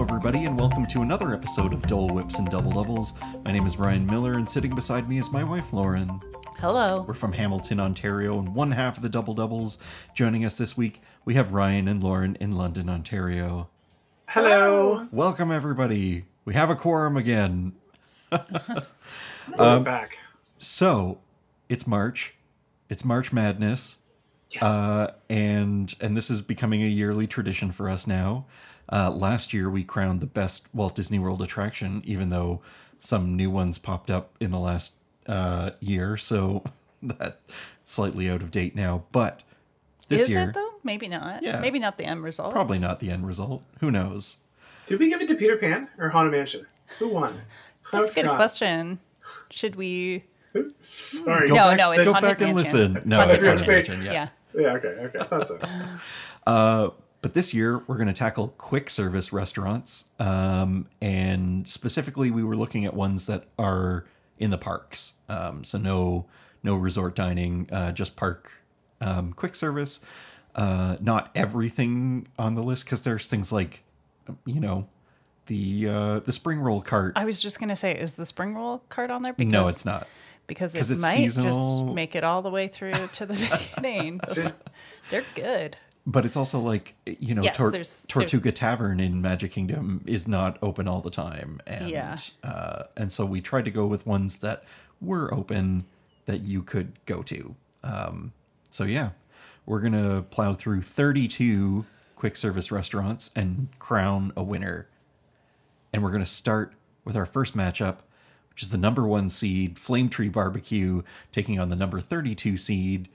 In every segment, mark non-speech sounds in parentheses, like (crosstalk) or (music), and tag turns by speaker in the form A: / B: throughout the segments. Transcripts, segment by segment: A: everybody, and welcome to another episode of Dole Whips and Double Doubles. My name is Ryan Miller, and sitting beside me is my wife, Lauren.
B: Hello.
A: We're from Hamilton, Ontario, and one half of the Double Doubles. Joining us this week, we have Ryan and Lauren in London, Ontario.
C: Hello.
A: Welcome, everybody. We have a quorum again.
C: We're
A: Um,
C: back.
A: So, it's March. It's March Madness.
C: Yes.
A: Uh, and and this is becoming a yearly tradition for us now. Uh, last year we crowned the best Walt Disney World attraction, even though some new ones popped up in the last uh, year, so (laughs) that slightly out of date now. But this
B: Is
A: year,
B: it though? Maybe not.
A: Yeah.
B: Maybe not the end result.
A: probably not the end result. Who knows?
C: Did we give it to Peter Pan or Haunted Mansion? Who won?
B: That's a good
C: God.
B: question. Should we?
C: Sorry.
A: Go
B: No,
A: back,
B: no, it's
A: go
B: Haunted
A: back and
B: Mansion.
A: listen. No,
B: Haunted
A: it's Haunted
C: Mansion.
A: Mansion.
B: Yeah.
A: Yeah.
C: Yeah. Okay. Okay. I thought so.
A: Uh, but this year we're going to tackle quick service restaurants, um, and specifically we were looking at ones that are in the parks. Um, so no, no resort dining, uh, just park um, quick service. Uh, not everything on the list because there's things like, you know, the uh, the spring roll cart.
B: I was just gonna say, is the spring roll card on there? Because,
A: no, it's not.
B: Because
A: 'cause
B: it
A: it's
B: might
A: seasonal.
B: just make it all the way through to the (laughs)
A: (laughs)
B: beginning. They're good.
A: But it's also like you know,
B: Yes,
A: Tor-
B: there's- there's-
A: Tortuga Tavern in Magic Kingdom is not open all the time, and
B: Yeah.
A: uh, and so we tried to go with ones that were open that you could go to. Um, so yeah, we're gonna plow through 32 quick service restaurants and crown a winner, and we're gonna start with our first matchup, which is the number one seed Flame Tree Barbecue taking on the number 32 seed,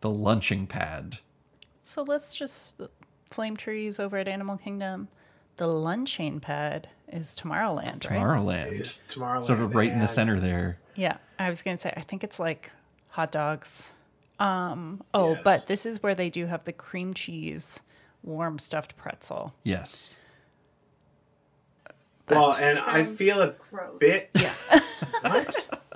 A: the Lunching Pad.
B: So let's just flame trees over at Animal Kingdom. The lunching pad is Tomorrowland, right?
A: Tomorrowland.
C: It's Tomorrowland.
A: sort of right in the
C: and-
A: center there.
B: Yeah. I was gonna say, I think it's like hot dogs. Um. Oh,
C: Yes.
B: but this is where they do have the cream cheese warm stuffed pretzel.
A: Yes.
C: Well, and I
D: Sounds
C: feel a
D: gross.
C: bit.
B: Yeah.
C: What? (laughs)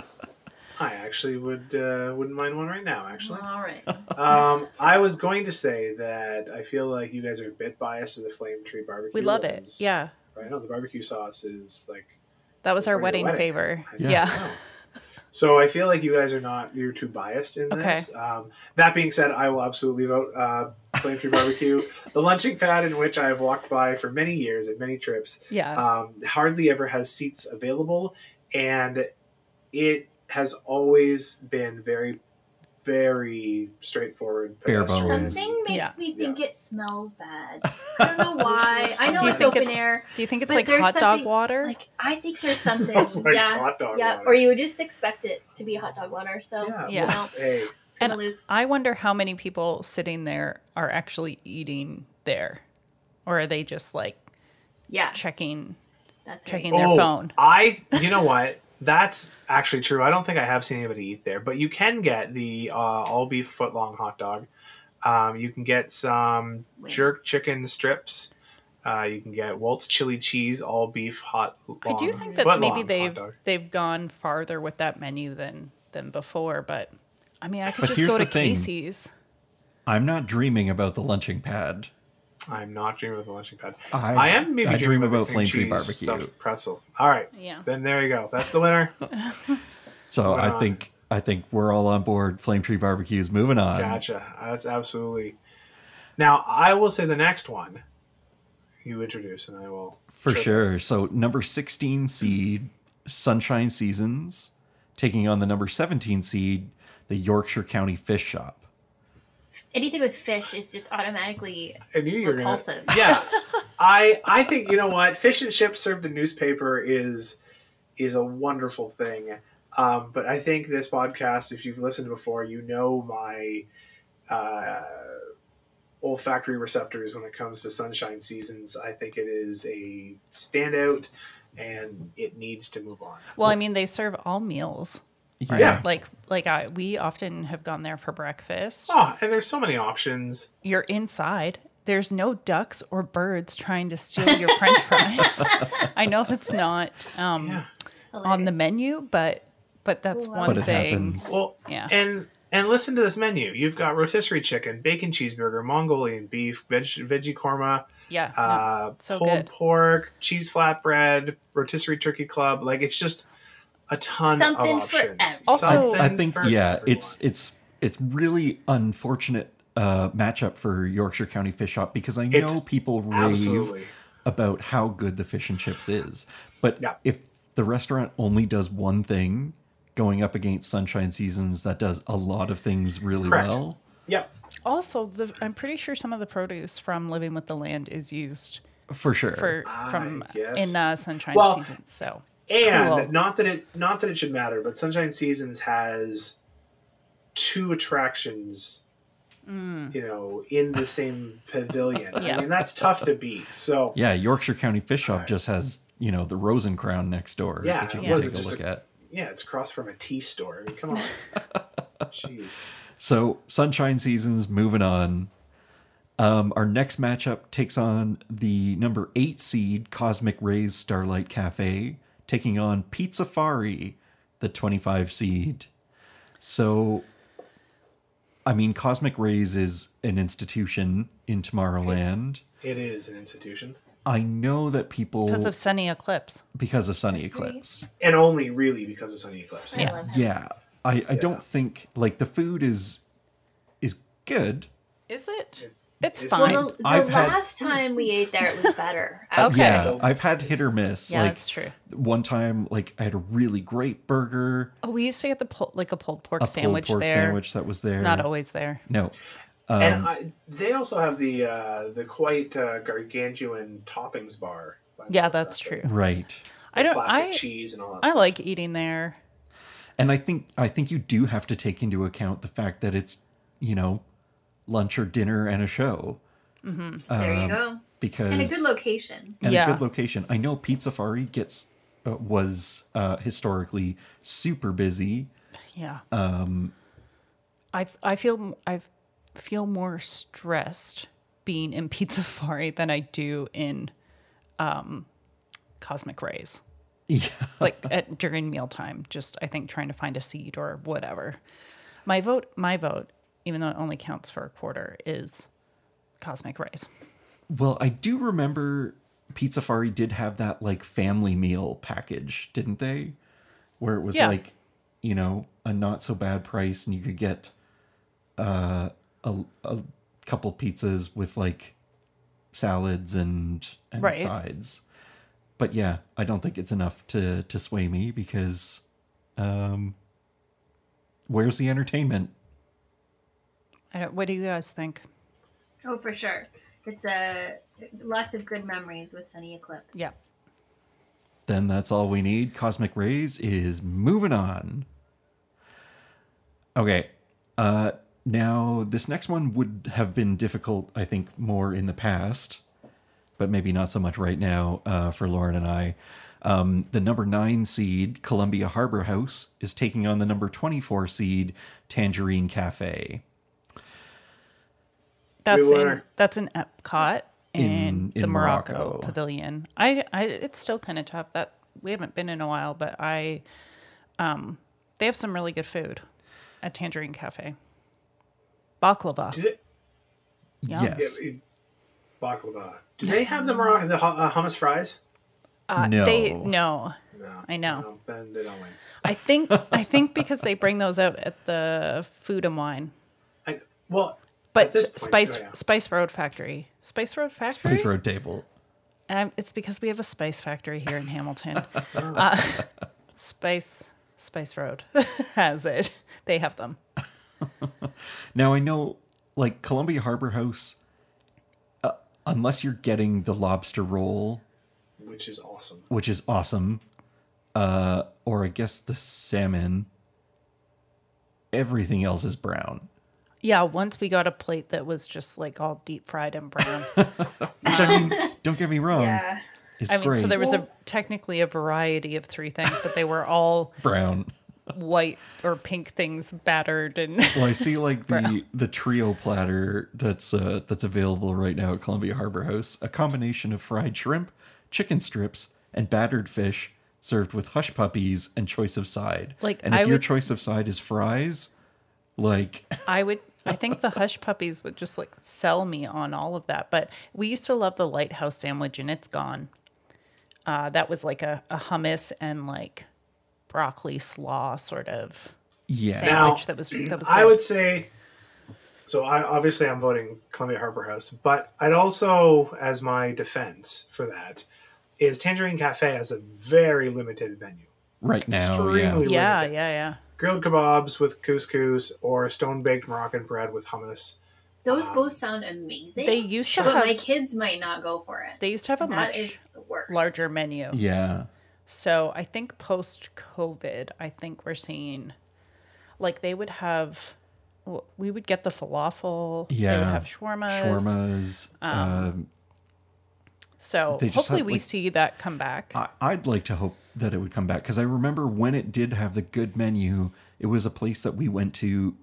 C: I actually would uh, wouldn't mind one right now. Actually,
D: All right.
B: (laughs)
C: um, I was going to say that I feel like you guys are a bit biased to the Flame Tree Barbecue.
B: (laughs) We love it.
C: ones.
B: Yeah.
C: Right. No, the barbecue sauce is like.
B: That was our
C: For your
B: wedding,
C: wedding.
B: favor.
A: Yeah.
B: Yeah.
D: Oh.
C: So I feel like you guys are not you're too biased in this. Um, that being said, I will absolutely vote uh, Flame Tree
D: (laughs)
C: Barbecue, the lunching pad in which I have walked by for many years at many trips.
B: Yeah.
C: Um, hardly ever has seats available, and it has always been very, very straightforward. Oh
A: Bare
C: (laughs) pedestrian.
A: bones.
D: Something makes
B: Yeah.
D: me think it
B: (laughs)
D: smells bad. I don't know why. I know
B: Do you
D: it's
B: think it-
D: open
B: (laughs)
D: air.
B: Do you think it's
D: But
B: like
D: there's
B: hot dog
D: something,
B: water?
D: Like
B: (laughs)
D: I think there's something.
C: Smells like
D: yeah.
C: hot dog
D: yeah.
C: water.
D: Or you would just expect it to be hot dog water. So
C: Yeah.
B: Yeah.
C: well, hey,
D: it's gonna lose.
B: I wonder how many people sitting there are actually eating there, or are they just like
D: Yeah.
B: checking?
D: That's
B: checking
D: right.
B: their phone.
C: I, you know what? That's actually true. I don't think I have seen anybody eat there, but you can get the uh, all beef foot long hot dog. Um, you can get some
D: Wings.
C: jerk chicken strips. Uh, you can get Walt's chili cheese all beef hot. Long,
B: I do think that
C: footlong
B: maybe
C: hot
B: they've
C: dog.
B: they've gone farther with that menu than than before, but I mean, I could
A: But
B: just
A: here's
B: go
A: the
B: to
A: thing.
B: Casey's.
A: I'm not dreaming about the lunching pad.
C: I'm not dreaming of the lunching pad.
A: I-
C: I, am maybe
A: I dream
C: dreaming
A: about
C: about
A: flame
C: flame
A: tree
C: cheese
A: barbecue.
C: stuffed pretzel. All right,
B: Yeah.
C: then there you go. That's
A: (laughs)
C: the winner.
A: So
C: Moving
A: I
C: on.
A: think I think we're all on board. Flame Tree Barbecue's moving on.
C: Gotcha. That's absolutely. Now I will say the next one. You introduce, and I will
A: For
C: chip in.
A: sure. So number 16 seed Sunshine Seasons taking on the number 17 seed the Yorkshire County Fish Shop.
D: Anything with fish is just automatically.
C: I knew you were gonna-
D: Repulsive.
C: Yeah, I I think you know what fish and chips served in newspaper is is a wonderful thing. Um, but I think this podcast, if you've listened before, you know my uh, olfactory receptors when it comes to sunshine seasons. I think it is a standout, and it needs to move on.
B: Well, I mean, they serve all meals.
A: Yeah.
C: Yeah.
B: Like like I we often have gone there for breakfast.
C: Oh, and there's so many options.
B: You're inside. There's no ducks or birds trying to steal your French fries. (laughs) I know that's not um,
C: Yeah.
B: on the
D: hilarious.
B: menu, but but that's
D: Wow.
B: one
A: But it
B: thing.
A: happens.
C: Well,
B: Yeah.
C: and And listen to this menu. You've got rotisserie chicken, bacon cheeseburger, Mongolian beef, veg- veggie korma,
B: Yeah. no,
C: uh,
B: so
C: pulled
B: good.
C: pork, cheese flatbread, rotisserie turkey club. Like it's just a ton
D: Something
C: of
D: for
C: options.
D: everyone.
B: Also-
C: Something
A: I think
C: for
A: yeah,
C: everyone.
A: it's it's it's really unfortunate uh, matchup for Yorkshire County Fish Shop because I know
C: It's-
A: people rave
C: absolutely
A: about how good the fish and chips is, but
C: Yeah.
A: if the restaurant only does one thing, going up against Sunshine Seasons that does a lot of things really
C: Correct.
A: well.
C: yep.
B: Also, the, I'm pretty sure some of the produce from Living with the Land is used
A: For sure.
B: for
C: Ah,
B: from
C: yes.
B: in uh, sunshine
C: Well,
B: season. So
C: And
B: Cool.
C: not that it not that it should matter, but Sunshine Seasons has two attractions, you know, in the same pavilion.
B: Mm. Yeah.
C: I mean, that's tough to beat. So
A: yeah, Yorkshire County Fish Shop
C: Alright.
A: just has, you know, the Rosencrown next door
C: Yeah,
A: that you
C: it
A: can
C: was
A: take a
C: just
A: look
C: a-
A: at.
C: yeah, it's across from a tea store. I mean, come on, jeez.
A: So Sunshine Seasons moving on. Um, our next matchup takes on the number eight seed Cosmic Rays Starlight Cafe, taking on Pizzafari, the 25 seed. So, I mean, Cosmic Rays is an institution in Tomorrowland.
C: It is an institution,
A: I know that people
B: because of sunny eclipse,
A: because of Sunny
D: That's right.
A: Eclipse.
C: and only really because of Sunny Eclipse.
D: I
B: Yeah.
D: love him.
A: Yeah, I, I don't think like the food is is good.
B: is it? It's
C: It's-
B: fine.
D: Well, the, the
A: I've had-
D: last time we ate there, it was
B: (laughs)
D: better.
A: Uh,
B: Okay.
A: Yeah, I've had hit or miss.
B: yeah,
A: like
B: that's true.
A: one time, like I had a really great burger,
B: Oh, we used to get the pull, like a pulled pork
A: a
B: sandwich
A: pulled pork
B: there.
A: sandwich that was there.
B: It's not always there.
A: no.
C: and
A: Um,
C: I, they also have the uh, the quite uh, gargantuan toppings bar.
B: Yeah, that's true.
A: right.
B: I don't.
C: Plastic
B: I
C: cheese and all that.
B: I
C: stuff.
B: like eating there.
A: And I think I think you do have to take into account the fact that it's you know lunch or dinner and a show
D: there
C: um,
D: you go.
A: because
D: And a good location.
A: and
B: Yeah.
A: a good location. I know Pizzafari gets uh, was uh, historically super busy.
B: Yeah.
A: Um,
B: I I feel I feel more stressed being in (laughs) Pizzafari than I do in um, Cosmic Rays.
A: yeah.
B: like at during mealtime just i think trying to find a seat or whatever my vote my vote even though it only counts for a quarter is cosmic rays
A: Well, I do remember Pizzafari did have that like family meal package, didn't they? Where it was
B: Yeah.
A: like, you know, a not so bad price and you could get uh a, a couple pizzas with like salads and and
B: Right.
A: sides. But yeah, I don't think it's enough to to sway me because um where's the entertainment?
B: i don't what do you guys think
D: Oh, for sure. It's a lots of good memories with Sunny Eclipse.
B: yeah
A: Then that's all we need. Cosmic Rays is moving on. Okay. Uh, now, this next one would have been difficult, I think, more in the past, but maybe not so much right now uh, for Lauren and I. Um, the number nine seed, Columbia Harbor House, is taking on the number 24 seed, Tangerine Cafe.
B: that's in,
C: were-
B: that's in epcot and
A: In-
B: the
A: in
B: morocco,
A: Morocco.
B: pavilion i i it's still kind of tough that we haven't been in a while but i um they have some really good food at tangerine cafe baklava
C: Do they-
B: Yeah.
A: Yes.
C: Yeah, it- baklava. Do they have the Moroccan the hu- uh, hummus fries?
B: uh, they
A: No.
B: no
C: No,
B: I know.
C: No, then they don't win.
B: I think I think because they bring those out at the food and wine.
C: I, well,
B: But
C: At this point,
B: Spice
C: oh, yeah.
B: Spice Road Factory. Spice Road Factory?
A: Place Road Table.
B: Um, it's because we have a spice factory here in Hamilton. uh, spice Spice Road (laughs) has it. They have them.
A: Now I know, like Columbia Harbor House, uh, unless you're getting the lobster roll,
C: which is awesome.
A: which is awesome, uh, or I guess the salmon. Everything else is brown,
B: Yeah, once we got a plate that was just like all deep fried and brown.
A: which I mean, don't get me wrong,
D: Yeah.
A: it's
B: I mean,
A: great.
B: so there was a
D: Well-
B: technically a variety of three things, but they were all
A: brown.
B: white or pink things battered and
A: Well, I see like the the trio platter that's uh, that's available right now at Columbia Harbor House, a combination of fried shrimp, chicken strips, and battered fish served with hush puppies and choice of side.
B: Like,
A: and if
B: I
A: your
B: would-
A: choice of side is fries, Like, (laughs)
B: I would. I think the hush puppies would just like sell me on all of that. But we used to love the lighthouse sandwich, and it's gone. Uh, that was like a, a hummus and like broccoli slaw sort of
A: yeah,
C: Now-
B: sandwich that was that was. Good.
C: I would say. So I obviously I'm voting Columbia Harbor House, but I'd also, as my defense for that, is Tangerine Cafe has a very limited menu.
A: right now, yeah.
C: Extremely
B: Yeah, yeah,
C: limited.
B: yeah.
C: Grilled kebabs with couscous or stone baked Moroccan bread with hummus.
D: Those both sound amazing.
B: They used to
D: but
B: have.
D: my kids might not go for it.
B: they used to have a
D: That
B: much
D: is the worst.
B: larger menu.
A: Yeah.
B: So I think post COVID, I think we're seeing like they would have, w- we would get the falafel. They would
A: Yeah.
B: have shawarmas.
A: Shawarmas. Um,
B: So
A: They just
B: hopefully
A: have,
B: we
A: like-
B: see that come back.
A: I, I'd like to hope that it would come back because I remember when it did have the good menu, it was a place that we went to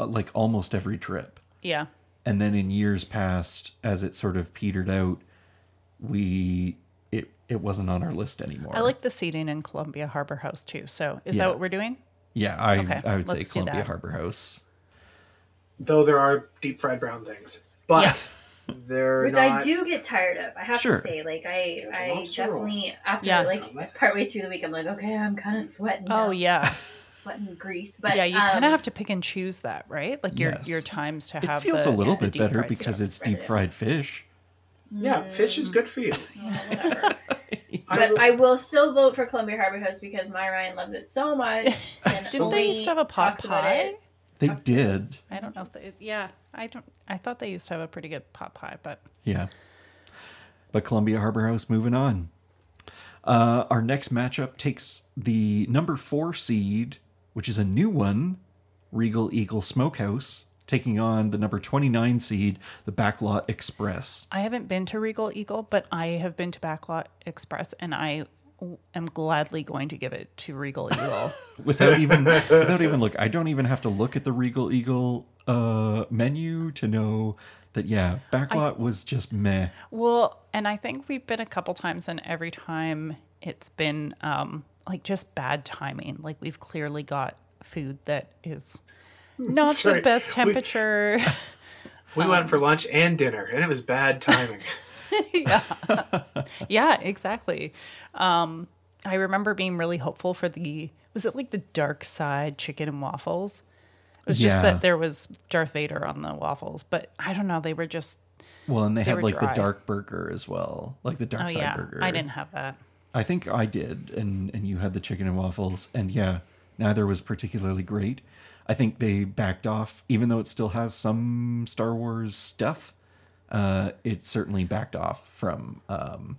A: uh, like almost every trip.
B: yeah.
A: and then in years past as it sort of petered out we it it wasn't on our list anymore
B: I like the seating in Columbia Harbor House too. So is
A: Yeah.
B: that what we're doing?
A: yeah i
B: Okay,
A: i would say
B: let's do
A: columbia
B: that.
A: harbor house
C: Though there are deep fried brown things, but they're
D: which
C: not.
D: I do get tired of. I have
A: Sure.
D: to say, like I,
C: Get a
D: I
C: lobster roll.
D: definitely after
B: Yeah.
D: like partway through the week, I'm like, okay, I'm kind of sweating.
B: Oh
D: now.
B: yeah,
D: sweating grease. (laughs) But
B: yeah. You
D: um,
B: kind of have to pick and choose that, right? Like your
A: Yes.
B: your times to
A: it
B: have.
A: feels a
B: the-
A: little
B: the
A: bit
B: deep
A: better
B: fried
A: because
B: stuff.
A: it's deep fried fish
C: Yeah, fish is good for you.
D: yeah, whatever.
C: I,
D: (laughs) but (laughs) I will still vote for Columbia Harbor House because my Ryan loves it
B: (laughs)
D: so much. And
B: Didn't they
D: only
B: used to have a pot
D: talks about
B: pie?
D: it.
A: they
D: That's
A: did
D: nice.
B: I don't know if they. Yeah, I don't. I thought they used to have a pretty good pot pie, but
A: yeah but columbia harbor house moving on uh our next matchup takes the number four seed which is a new one regal eagle smokehouse taking on the number 29 seed the backlot express
B: I haven't been to Regal Eagle, but I have been to Backlot Express, and I w- am gladly going to give it to Regal Eagle.
A: without even without even look i don't even have to look at the regal eagle uh menu to know that yeah backlot was just meh
B: well, and I think we've been a couple times, and every time it's been um, like just bad timing. Like we've clearly got food that
C: (laughs)
B: is not the
C: right.
B: best
C: We-
B: temperature. (laughs)
C: we went for lunch and dinner, and it was bad timing.
B: yeah, exactly. Um, I remember being really hopeful for the was it like the dark side chicken and waffles? It was just
A: Yeah.
B: that there was Darth Vader on the waffles, but I don't know. They were just
A: well and they, had
B: were
A: like
B: dry.
A: the dark burger as well like the dark
B: oh
A: side
B: yeah,
A: burger
B: I didn't have that.
A: i think i did and and you had the chicken and waffles and yeah neither was particularly great i think they backed off even though it still has some star wars stuff uh it certainly backed off from um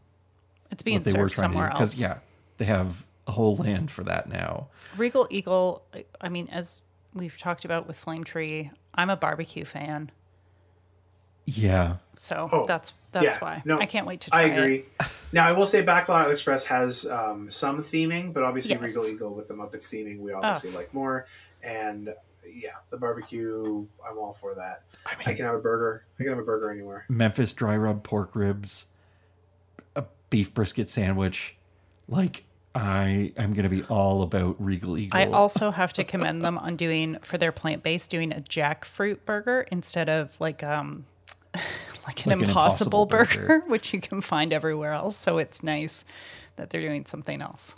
B: It's
A: what
B: being
A: they were
B: served
A: trying
B: somewhere
A: to do
B: else.
A: because yeah they have a whole land for that now
B: Regal Eagle. I- I mean, as we've talked about with Flame Tree, I'm a barbecue fan,
A: yeah
B: so
C: Oh,
B: that's that's
C: yeah.
B: why
C: No,
B: I can't wait to. Try
C: I
B: it.
C: agree. Now I will say Backlot Express has um, some theming, but obviously
B: Yes. Oh.
C: Regal Eagle with the Muppets theming we obviously like more. And yeah, the barbecue, I'm all for that.
A: i mean
C: I can have a burger. I can have a burger anywhere.
A: Memphis dry rub pork ribs, a beef brisket sandwich. Like I I'm gonna be all about Regal Eagle.
B: I also have to commend them on doing for their plant based doing a jackfruit burger instead of like um (laughs) like an
A: Like an
B: impossible,
A: Impossible
B: burger, (laughs)
A: Burger.
B: which you can find everywhere else. So it's nice that they're doing something else.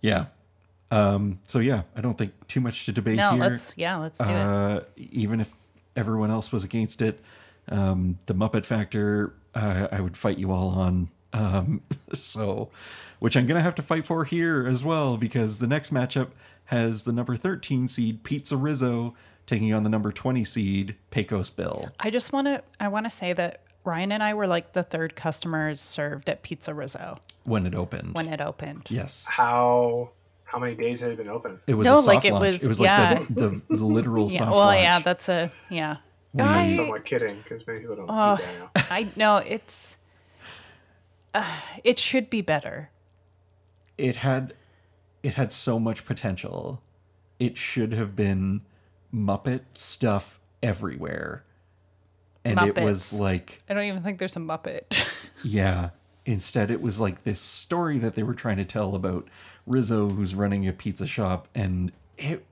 A: yeah. Um. So yeah, I don't think too much to debate
B: No,
A: here.
B: let's yeah, let's do it.
A: uh, even if everyone else was against it, um, the Muppet Factor, uh, I would fight you all on. Um, (laughs) so, which I'm gonna have to fight for here as well because the next matchup has the number 13 seed Pizza Rizzo taking on the number 20 seed Pecos Bill.
B: I just wanna I wanna say that Ryan and I were like the third customers served at Pizza Rizzo
A: when it opened.
B: when it opened.
A: yes,
C: How how many days had it been open?
A: it was
B: No,
A: a soft
B: like, it
A: launch.
B: was-
A: it was
B: yeah.
A: like the, the, the literal
B: (laughs) Yeah.
A: soft
B: Well,
A: launch.
B: yeah, that's a yeah.
A: We-
C: I'm
B: I-
C: somewhat kidding because many people don't
B: Oh.
C: eat that now.
B: I know it's uh, it should be better.
A: it had it had so much potential. It should have been Muppet stuff everywhere. And it was
B: Muppets.
A: like,
B: I don't even think there's a Muppet. (laughs)
A: yeah. Instead, it was like this story that they were trying to tell about Rizzo, who's running a pizza shop, and it,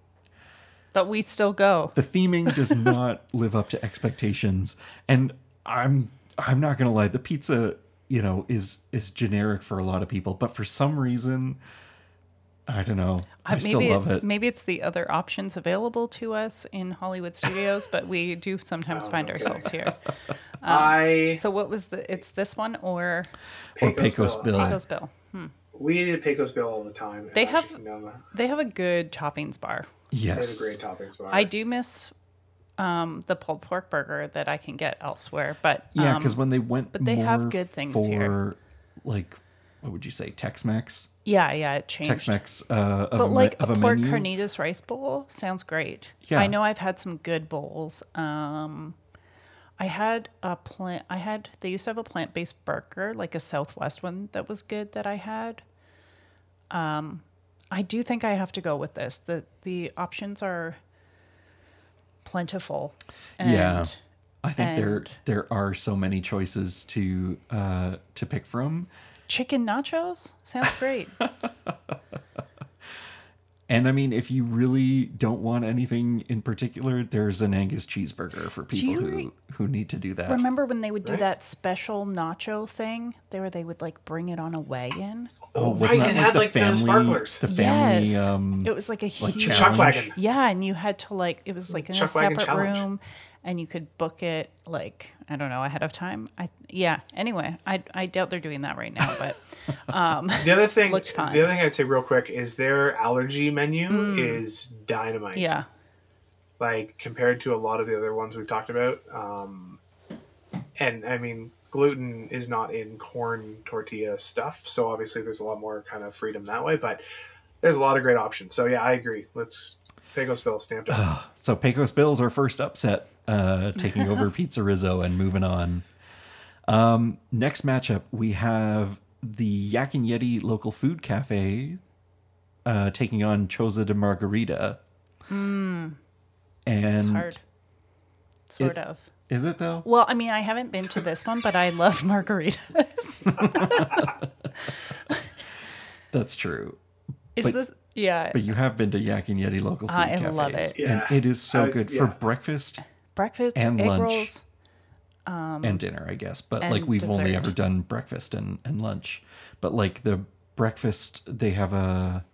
B: But we still go.
A: the theming
B: (laughs)
A: does not live up to expectations and i'm i'm not gonna lie the pizza you know is is generic for a lot of people but for some reason i don't know i,
B: Uh,
A: still love it
B: Maybe it's the other options available to us in Hollywood studios, but we do sometimes
C: Oh,
B: find
C: okay.
B: ourselves here. Um,
C: I
B: Uh, So what was the? It's this one or
A: or Pecos Bill.
B: Pecos Bill. Hmm.
C: We eat at Pecos Bill all the time. in
B: They
C: Rancho
B: have-
C: Sonoma.
B: They have a good choppings bar.
C: They have a
A: yes
C: great toppings bar.
B: I do miss um, the pulled pork burger that I can get elsewhere, but
A: yeah
B: um,
A: because when they went
B: but they have
A: more
B: good things
A: for
B: here.
A: like what would you say tex-mex
B: yeah, yeah, it changed.
A: tex-mex uh of
B: but
A: a, me-
B: like
A: of
B: a,
A: a
B: pork
A: menu.
B: carnitas rice bowl sounds great.
A: Yeah.
B: I know I've had some good bowls. Um, I had a plant. I had they used to have a plant based burger, like a Southwest one that was good that I had. Um, I do think I have to go with this. the The options are plentiful. And
A: Yeah. i think there
B: and-
A: there are so many choices to uh to pick from
B: Chicken nachos sounds
A: (laughs)
B: great.
A: And I mean, if you really don't want anything in particular, there's an Angus cheeseburger for people
B: you
A: who
B: re-
A: who need to do that.
B: Remember when they would do
C: Right.
B: that special nacho thing? There, where they would like bring it on a wagon.
A: oh,
C: right, it had, like, the sparklers.
A: The family,
B: Yes.
A: um,
B: It was like a
A: like
B: huge
C: The chuck
A: challenge.
C: wagon.
B: Yeah, and you had to like it was like in a
C: Chuck Wagon
B: separate
C: Challenge.
B: room, and you could book it like I don't know ahead of time. I yeah. Anyway, I I doubt they're doing that right now,
C: (laughs)
B: but um,
C: The other thing,
B: Looked
C: the
B: fine. Mm.
C: other thing I'd say real quick is their allergy menu is dynamite.
B: yeah,
C: like compared to a lot of the other ones we've talked about. Um, and I mean, gluten is not in corn tortilla stuff, so obviously there's a lot more kind of freedom that way. But there's a lot of great options. So yeah, I agree. Let's Pecos Bill stamped up.
A: Ugh. so Pecos Bill's our first upset, uh, taking
B: (laughs)
A: over Pizza Rizzo and moving on. Um, next matchup, we have the Yak and Yeti local food cafe uh, taking on Choza de Margarita. And
B: it's Hmm. hard. Sort of.
A: is Hmm. it though?
B: Well, I mean, I haven't been to this one, but I love (laughs) margaritas.
A: That's true.
B: Is
A: But-
B: this yeah?
A: But you have been to Yak and Yeti local food
B: I
A: cafes,
B: love it.
C: Yeah.
A: and it is so
C: I was-
A: good
C: yeah.
A: for breakfast
B: Breakfast
A: and
B: egg
A: lunch.
B: rolls.
A: and dinner, I guess. But
B: Mm-hmm. and
A: like we've only
B: dessert.
A: ever done breakfast and, and lunch. But like the breakfast, they have a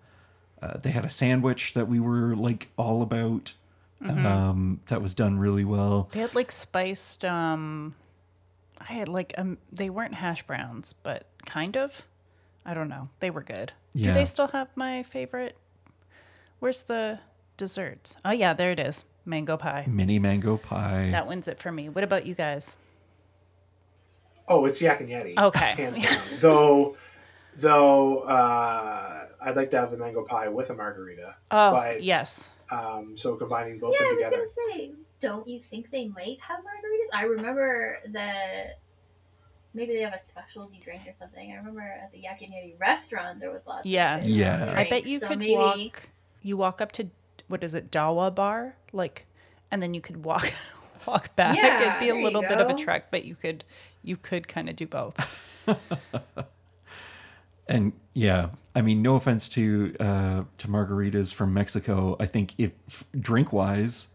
A: uh, they had a sandwich that we were like all about.
B: Mm-hmm.
A: Um, that was done really well.
B: They had like spiced. um I had like um. They weren't hash browns, but kind of. I don't know. They were good. Do
A: Yeah.
B: they still have my favorite? Where's the dessert? Oh yeah, there it is. Mango pie.
A: Mini mango pie.
B: That wins it for me. What about you guys?
C: Oh, it's Yak and Yeti.
B: Okay.
C: Hands down. though, though, uh, I'd like to have the mango pie with a margarita.
B: (laughs) Oh
C: But-
B: yes.
C: Um, so combining both of
D: Yeah, I
C: them
D: was
C: together.
D: gonna say, don't you think they might have margaritas? I remember the maybe they have a specialty drink or something. I remember at the Yak and Yeti restaurant there was lots.
B: Yes.
D: Of different
A: Yeah.
D: drinks,
B: I bet you
D: so
B: could
D: maybe,
B: walk. You walk up to what is it, Dawa Bar, like, and then you could walk (laughs) walk back.
D: Yeah,
B: It'd be
D: there
B: a
D: you
B: little bit of a
D: go.
B: trek, but you could you could kind of do both.
A: And yeah, I mean, no offense to uh, to margaritas from Mexico. I think if drink wise,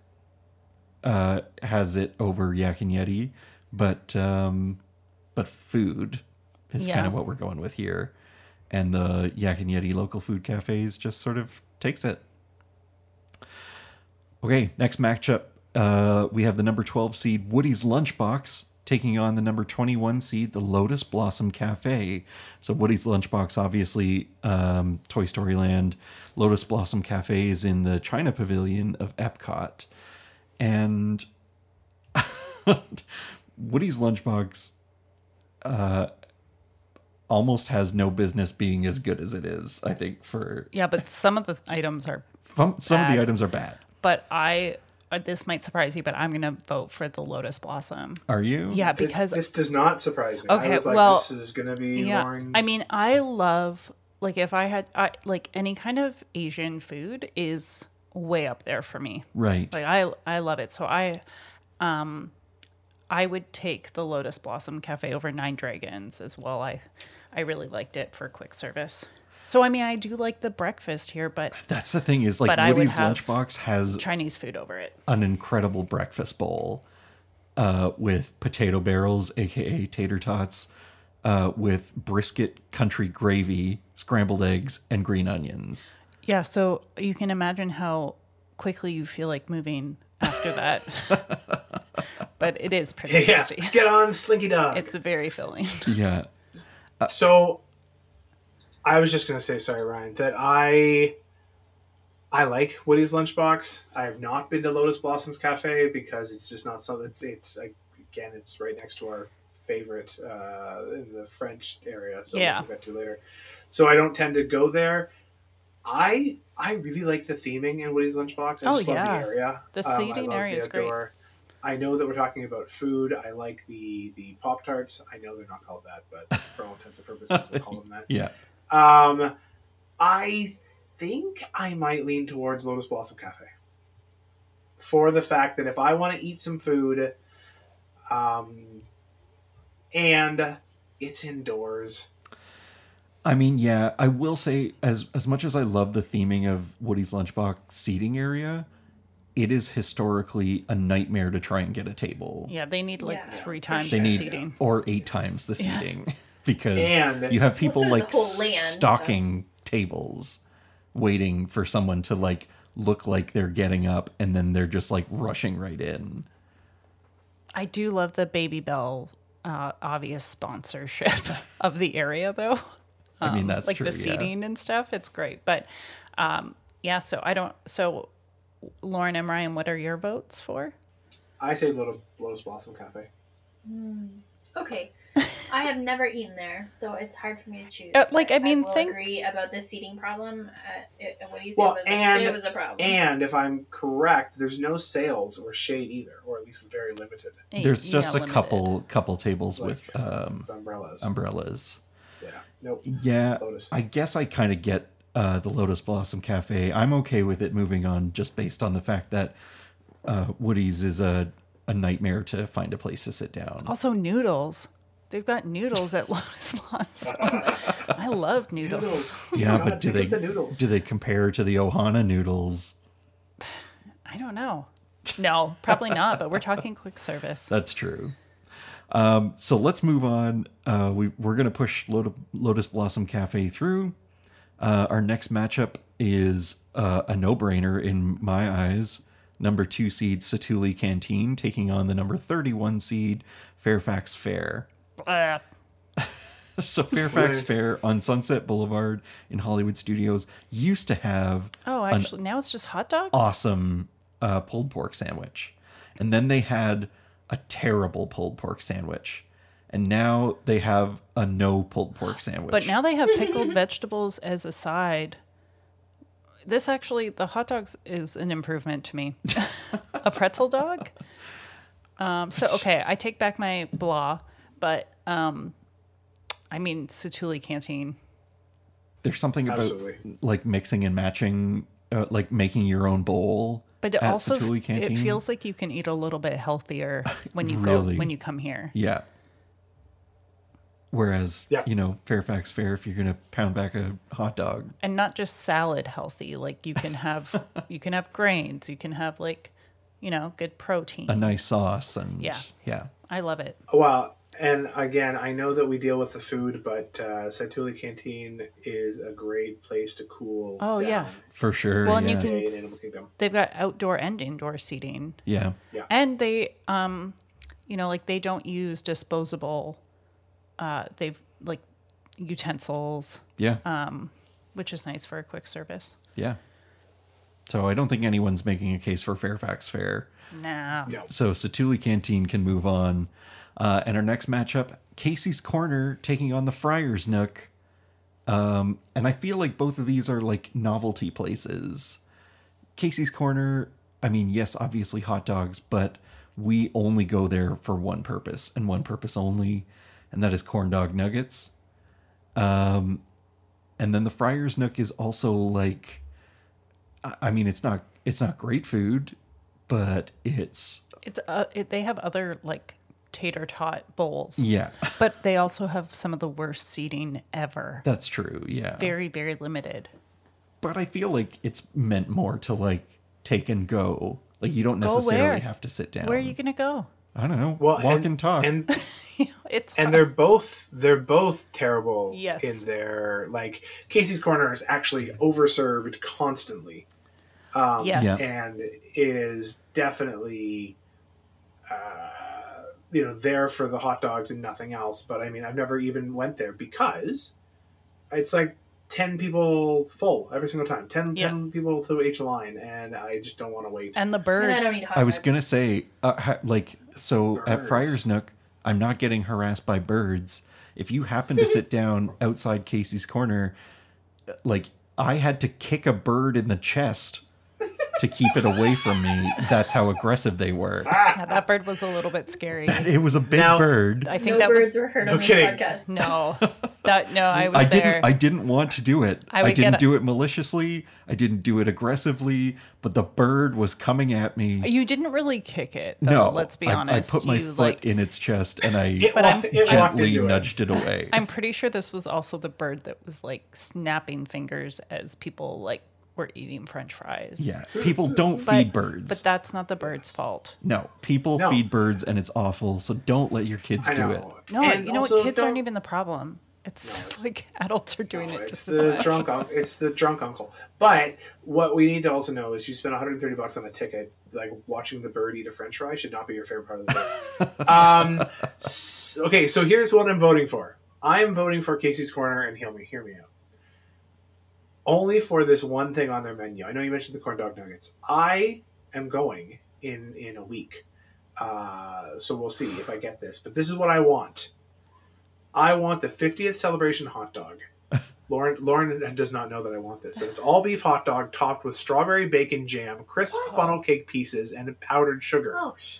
A: uh, has it over Yak and Yeti, but um, but food is kind
B: Yeah.
A: of what we're going with here, and the Yak and Yeti local food cafes just sort of takes it. Okay, next matchup, uh, we have the number twelve seed Woody's Lunchbox taking on the number twenty-one seed the Lotus Blossom Cafe. So Woody's Lunchbox, obviously, um, Toy Story Land. Lotus Blossom Cafe is in the China Pavilion of Epcot, and (laughs) Woody's Lunchbox uh, almost has no business being as good as it is. I think for
B: Yeah, but some of the items are.
A: from, some of the
B: Bad.
A: items are bad.
B: But I uh, this might surprise you, but I'm gonna vote for the Lotus Blossom.
A: Are you?
B: Yeah,
C: This-
B: because
C: this does not surprise me. I
B: Okay,
C: was like,
B: well,
C: this is gonna be Lauren's.
B: I mean, I love like if I had I like any kind of Asian food is way up there for me.
A: Right.
B: Like I I love it. So I um I would take the Lotus Blossom Cafe over Nine Dragons as well. I I really liked it for quick service. So I mean, I do like the breakfast here, but
A: That's the thing is like
B: But I would
A: Woody's
B: have-
A: lunchbox has
B: Chinese food over it.
A: an incredible breakfast bowl uh, with potato barrels, aka tater tots, uh, with brisket, country gravy, scrambled eggs, and green onions. (laughs)
B: Yeah, so you can imagine how quickly you feel like moving after that.
A: (laughs)
B: but it is pretty
C: Yeah,
B: tasty. (laughs)
C: get on Slinky Dog.
B: It's very filling.
A: Yeah,
C: So I was just gonna say, sorry, Ryan, that I I like Woody's Lunchbox. I have not been to Lotus Blossoms Cafe because it's just not something. It's, it's like, again, it's right next to our favorite uh, in the French area, so
B: Yeah.
C: we'll get to later. So I don't tend to go there. I I really like the theming in Woody's Lunchbox. I
B: Oh,
C: just love
B: yeah.
C: the area.
B: The
A: Um,
C: Um, I
B: seating
C: love
B: area is great.
C: outdoor. I know that we're talking about food. I like the the Pop Tarts. I know they're not called that,
B: (laughs)
C: but for all intents and purposes, we'll call them that.
A: yeah.
C: Um, I think I might lean towards Lotus Blossom Cafe for the fact that if I want to eat some food, um, and it's indoors.
A: I mean, yeah, I will say as as much as I love the theming of Woody's lunchbox seating area, it is historically a nightmare to try and get a table
B: Yeah, they need like
D: Yeah.
B: three
D: They
B: times
A: They
B: the
A: need-
B: seating.
A: or eight times the
B: Yeah.
A: seating (laughs) because
C: And
A: you have people
D: so does
A: like
D: the whole land, so-
A: stocking tables waiting for someone to like look like they're getting up and then they're just like rushing right in.
B: I do love the Baby Bell uh, obvious sponsorship (laughs) of the area, though. Um,
A: I mean, that's
B: like
A: true,
B: the
A: yeah.
B: seating and stuff. It's great, but um, yeah. So I don't. So Lauren and Ryan, what are your votes for?
C: I say Lotus, Lotus Blossom Cafe.
D: Mm,
B: (laughs)
D: okay. I have never eaten there, so it's hard for me to choose.
B: Uh, like,
D: but
B: I mean,
D: will
B: think-
D: agree about the seating problem. Uh, it, what do you say
C: Well,
D: was,
C: and-
D: it was a problem.
C: And if I'm correct, there's no sales or shade either, or at least very limited
A: There's
B: Yeah,
A: just a
B: limited.
A: couple couple tables
C: Like-
A: with um
C: umbrellas.
A: umbrellas.
C: yeah. e- Nope.
A: Yeah,
C: Lotus.
A: I guess I kind of get uh, the Lotus Blossom Cafe. I'm okay with it moving on just based on the fact that uh, Woody's is a, a nightmare to find a place to sit down.
B: Also noodles. They've got noodles at (laughs) Lotus Blossom. I love noodles.
C: noodles.
A: yeah,
C: God,
A: but do
C: think
A: they
C: of the noodles?
A: do they compare to the Ohana noodles?
B: I don't know. No, probably not. But we're talking
A: (laughs)
B: quick service.
A: That's true. Um, so let's move on. Uh, we, we're going to push Lot- Lotus Blossom Cafe through. Uh, our next matchup is uh, a no brainer in my eyes. Number two seed Satuli Canteen taking on the number 31 seed Fairfax Fair. (laughs)
B: Uh,
A: So Fairfax
C: Right.
A: Fair on Sunset Boulevard in Hollywood Studios used to have
B: oh, actually, now it's just hot dogs.
A: awesome uh, pulled pork sandwich. And then they had a terrible pulled pork sandwich. And now they have a no pulled pork sandwich.
B: (gasps) But now they have pickled vegetables as a side. This actually, the hot dogs is an improvement to me. (laughs) a pretzel dog. Um, so okay, I take back my blah, but um, I mean Satuli Canteen.
A: there's something about
C: Absolutely.
A: like mixing and matching, uh, like making your own bowl.
B: But it
A: at
B: also f-
A: Satuli
B: it
A: Canteen.
B: feels like you can eat a little bit healthier when you
A: Really.
B: go when you come here.
A: yeah. Whereas,
C: Yeah.
A: you know, Fairfax Fair, if you're gonna pound back a hot dog,
B: and not just salad healthy like you
A: (laughs)
B: can have you can have grains you can have like you know good protein
A: a nice sauce, and
B: Yeah.
A: yeah,
B: i love it
C: Well, and again, I know that we deal with the food, but uh, Saituli Canteen is a great place to cool.
B: Oh,
C: down
B: yeah.
A: for sure.
B: Well,
A: yeah.
B: and you
C: in
B: can-
C: Animal Kingdom.
B: they've got outdoor and indoor seating
A: yeah,
B: and they um you know like they don't use disposable uh they've like utensils
A: yeah.
B: Uh. which is nice for a quick service
A: Yeah. So I don't think anyone's making a case for Fairfax Fair.
B: nah
C: Yeah.
A: So Satuli Canteen can move on. Uh, and our next matchup, Casey's Corner taking on the Friars Nook. Um, and I feel like both of these are like novelty places. Casey's Corner, I mean, yes, obviously hot dogs, but we only go there for one purpose and one purpose only, and that is corn dog nuggets. Um, and then the Friars Nook is also like, I I mean, it's not it's not great food, but it's
B: it's uh it, they have other like tater tot bowls.
A: Yeah,
B: But they also have some of the worst seating ever.
A: that's true. Yeah.
B: Very, very limited.
A: But I feel like it's meant more to like take and go. Like you don't
B: Go where?
A: necessarily have to sit down.
B: Where are you going to go? (laughs)
A: I don't know.
C: Well,
A: Walk
C: and,
A: and talk.
C: and
B: it's
C: and
B: hard.
C: they're both they're both terrible.
B: Yes.
C: in their like Casey's Corner is actually overserved constantly. Um,
B: Yes.
A: Yeah.
C: and is definitely uh, you know there for the hot dogs and nothing else but i mean i've never even went there because it's like 10 people full every single time 10,
B: Yeah.
C: 10 people to each line and i just don't want to wait
B: and the
D: And I
B: birds.
D: don't eat hot
A: I was
D: dogs.
A: gonna say, uh, ha- like, so at
C: Birds.
A: Friar's Nook, I'm not getting harassed by birds. If you happen to
B: (laughs)
A: sit down outside Casey's corner, uh, like I had to kick a bird in the chest to keep it away from me. That's how aggressive they
C: (laughs)
A: were.
B: Yeah, that bird was a little bit scary.
A: That- It was a big
C: Ah. Now-
A: bird.
B: I think
D: no
B: that
D: birds
B: was
D: were heard
C: No
D: on this
C: kidding. (laughs)
B: (laughs)
D: podcast.
B: no. That no, I was
A: I
B: there.
A: didn't. I didn't want to do it.
B: I
A: I,
B: would get
A: didn't
B: a-
A: do it maliciously. I didn't do it aggressively. But the bird was coming at me.
B: You didn't really kick it, though,
A: no,
B: let's be
A: I-
B: honest.
A: I, put my
B: you,
A: foot
B: like,
A: in its chest and I
C: it,
B: But
C: wa-
B: I'm
C: it walked
A: gently
C: into it.
A: nudged it away.
B: I'm pretty sure this was also the bird that was like snapping fingers as people like were eating french fries.
A: yeah, people don't
B: But-
A: feed birds.
B: But that's not the bird's fault.
A: no, people
C: No.
A: feed birds, and it's awful. So don't let your kids
C: I
A: do it.
C: know.
B: No,
C: And
B: you know
C: also
B: what? Kids
C: don't-
B: aren't even the problem. It's (laughs)
C: it's-
B: like adults are doing
C: No,
B: it
C: It's
B: just as
C: the
B: much.
C: drunk uncle. It's the drunk uncle. But what we need to also know is you spend 130 bucks on a ticket. Like watching the bird eat a French fry should not be your favorite part of the
B: (laughs)
C: day. um, s- okay, so here's what I'm voting for. I am voting for Casey's Corner and hear me, hear me out. Only for this one thing on their menu. I know you mentioned the corn dog nuggets. I am going in in a week, uh, so we'll see if I get this. But this is what I want. I want the 50th celebration
A: (laughs)
C: hot dog. Lauren Lauren does not know that I want this, but it's all beef hot dog topped with strawberry bacon jam, crisp
D: What?
C: funnel cake pieces, and powdered sugar.
D: Oh, sh-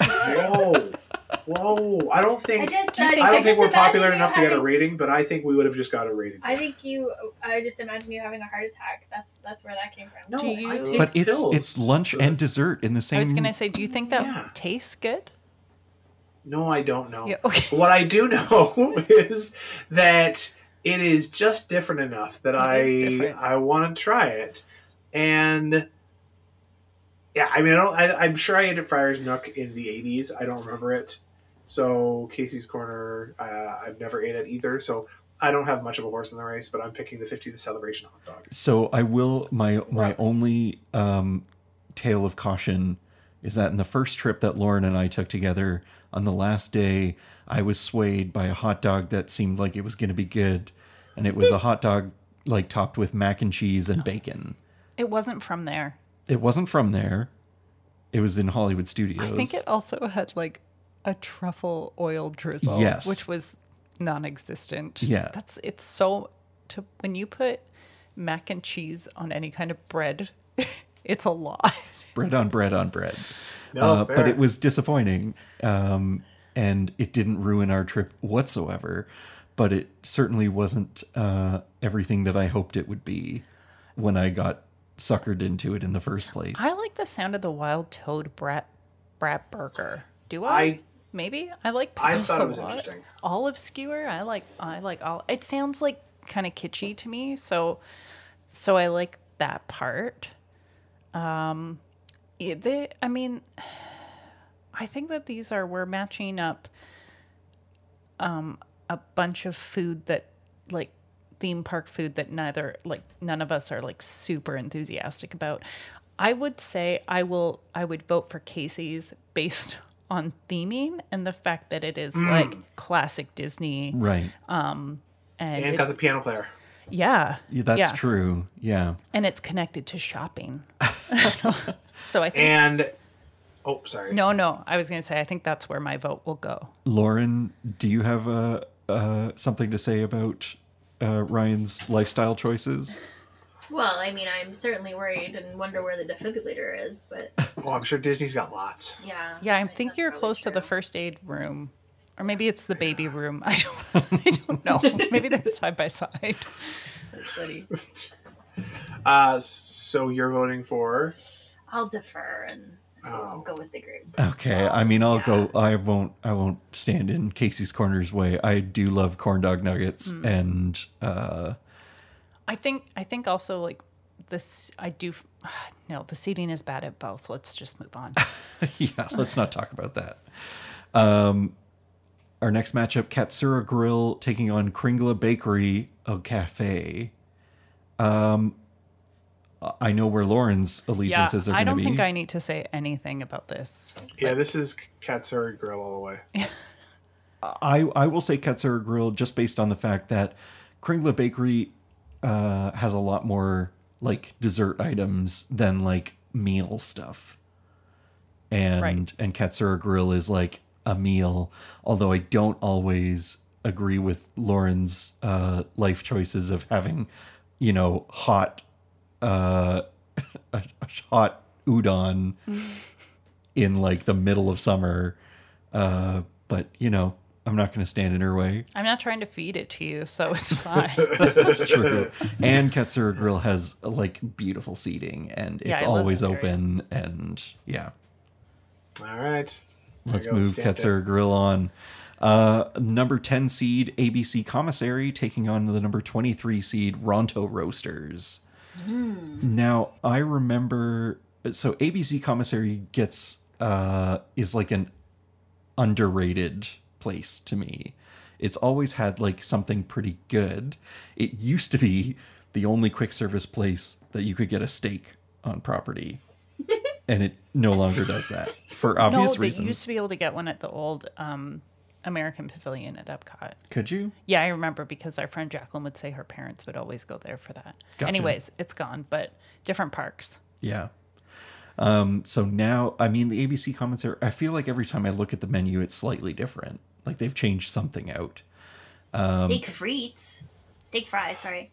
C: Whoa, whoa! I don't
D: I
C: think
D: just,
B: Do you
D: I,
B: think
C: I
B: I
C: don't think
D: just
C: we're popular
D: imagine you
C: enough to get a
D: having-
C: rating, but I think we would have just got a rating.
D: I think you. I just imagine you having a heart attack. That's that's where that came from.
C: no,
B: Do you-
C: I take
A: But it's
C: pills.
A: it's lunch and dessert in the same.
B: I was gonna say, do you think that
C: Yeah.
B: tastes good?
C: no, I don't know.
B: Yeah. Okay. (laughs)
C: What I do (laughs) know is that it is just different enough that
B: It is
C: I
B: different.
C: I want to try it, and yeah, I mean, I don't. I, I'm sure I ate at Friar's Nook in the '80s. I don't remember it. So Casey's Corner, uh, I've never ate it either. So I don't have much of a horse in the race, but I'm picking the 50th celebration hot dog.
A: So I will. My my
D: Gross.
A: only um, tale of caution is that in the first trip that Lauren and I took together, on the last day, I was swayed by a hot dog that seemed like it was going to be good, and it was a hot dog like topped with mac and cheese and bacon.
B: It wasn't from there.
A: It wasn't from there. It was in Hollywood Studios.
B: I think it also had like a truffle oil drizzle,
A: Yes.
B: which was non-existent.
A: Yeah.
B: that's it's so to when you put mac and cheese on any kind of bread, (laughs) it's a lot.
A: bread on bread on bread.
C: No,
A: uh,
C: fair.
A: but it was disappointing, um, and it didn't ruin our trip whatsoever. But it certainly wasn't uh, everything that I hoped it would be when I got suckered into it in the first place.
B: I like the sound of the wild toad brat brat burger. Do I?
C: I-
B: Maybe I like
C: I
B: pickles
C: thought
B: a
C: it was
B: lot.
C: interesting.
B: Olive skewer. I like I like all. It sounds like kind of kitschy to me. So so I like that part. Um, yeah, they. I mean, I think that these are we're matching up. Um, a bunch of food that like theme park food that neither like none of us are like super enthusiastic about. I would say I will I would vote for Casey's based (laughs) on theming and the fact that it is like classic Disney
A: right.
B: Uh, and,
C: and
B: it-
C: got the piano player.
B: yeah,
A: Yeah, that's
B: yeah.
A: true. Yeah.
B: and it's connected to shopping. (laughs) so I think
C: And oh, sorry.
B: no, no, I was going to say I think that's where my vote will go.
A: Lauren, do you have uh, uh, something to say about uh, Ryan's lifestyle choices?
D: Well, I mean, I'm certainly worried and wonder where the defibrillator is,
C: (laughs)
D: but
C: Oh, I'm sure Disney's got lots.
D: yeah.
B: Yeah, I
D: that's
B: think you're
D: probably
B: close to the
D: true.
B: first aid room. Or maybe it's the baby room. (laughs) I don't, I don't know. Maybe they're side by side.
D: That's (laughs) funny.
C: Uh, so you're voting for
D: I'll defer and
C: Oh.
D: Go with the group.
A: Okay, I mean, I'll
D: Yeah.
A: go. I won't. I won't stand in Casey's corner's way. I do love corn dog nuggets,
B: Mm.
A: and uh, (laughs)
B: I think I think also like this. I do. (sighs) No, the seating is bad at both. Let's just move
A: (laughs)
B: on.
A: yeah, let's not talk about that. Um, our next matchup: Katsura Grill taking on Kringla Bakery a Cafe. Um, I- I know where Lauren's
B: yeah,
A: allegiances are
B: I
A: going to
B: don't
A: be.
B: think I need to say anything about this.
C: Yeah, this is Katsuri Grill all the way.
A: I I will say Katsura Grill just based on the fact that Kringla Bakery uh, has a lot more like dessert items than like meal stuff, and
B: Right.
A: and Katsura Grill is like a meal. Although I don't always agree with Lauren's uh, life choices of having, you know, hot, uh, (laughs) a, a hot udon in like the middle of summer. Uh, but you know, I'm not going to stand in her way.
B: I'm not trying to feed it to you, so it's fine.
A: (laughs) That's true. and Katsura Grill has like beautiful seating, and
B: Yeah,
A: it's
B: I love
A: always
B: that area.
A: open. And yeah,
C: All right. There
A: let's
C: you go,
A: move
C: stamped it.
A: Katsura Grill on. Uh, number 10 seed ABC Commissary taking on the number 23 seed Ronto Roasters. Now, I remember so ABC Commissary gets uh is like an underrated place to me. It's always had like something pretty good. It used to be the only quick service place that you could get a steak on property. and it no longer does that for obvious
B: no,
A: reasons.
B: they used to be able to get one at the old um, American Pavilion at Epcot.
A: Could you?
B: Yeah, I remember because our friend Jacqueline would say her parents would always go there for that.
A: Gotcha.
B: Anyways, it's gone, but different parks.
A: Yeah. Um, so now, I mean, the ABC comments are, I feel like every time I look at the menu, it's slightly different. Like they've changed something out.
D: steak frites, steak fries. Sorry,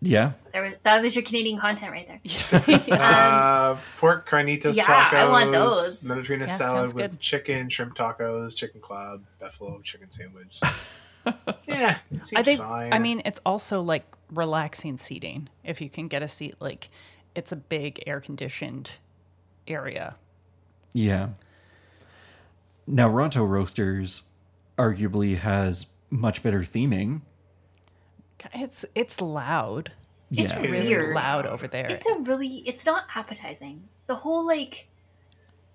A: Yeah.
D: there was that was your Canadian content right there.
A: (laughs)
D: um,
C: Uh, pork carnitas
D: yeah,
C: tacos.
D: I want those.
C: Mediterranean
B: Yeah,
C: salad
B: sounds
C: with
B: good.
C: chicken, shrimp tacos, chicken club, buffalo chicken
D: (laughs)
C: sandwich. yeah, it seems
B: I think
C: fine.
B: I mean it's also like relaxing seating if you can get a seat like it's a big air conditioned area.
A: Yeah. Now, Ronto Roasters arguably has much better theming.
B: It's it's loud.
D: It's
A: yeah.
C: It
B: Really
C: is.
B: loud over there.
D: it's a really, it's not appetizing. The whole like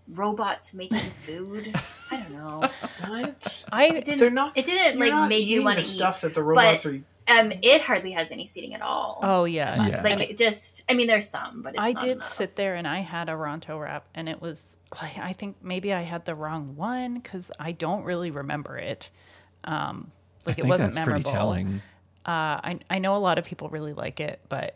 D: robots making food. I
C: (laughs)
D: don't know.
C: what?
B: I
D: It didn't,
C: They're not.
D: it didn't
C: you're
D: like
C: not
D: make you
C: eating
D: want to
C: the
D: eat.
C: stuff that the robots are.
D: Um, it hardly has any seating at all.
B: Oh yeah.
A: Yeah.
D: Like it just, I mean, there's some, but it's
B: I
D: not
B: did
D: enough.
B: sit there and I had a Ronto wrap and it was like I think maybe I had the wrong one cuz I don't really remember it. Um
A: I
B: like
A: think
B: it wasn't
A: that's
B: memorable.
A: pretty telling.
B: Uh I I know a lot of people really like it, but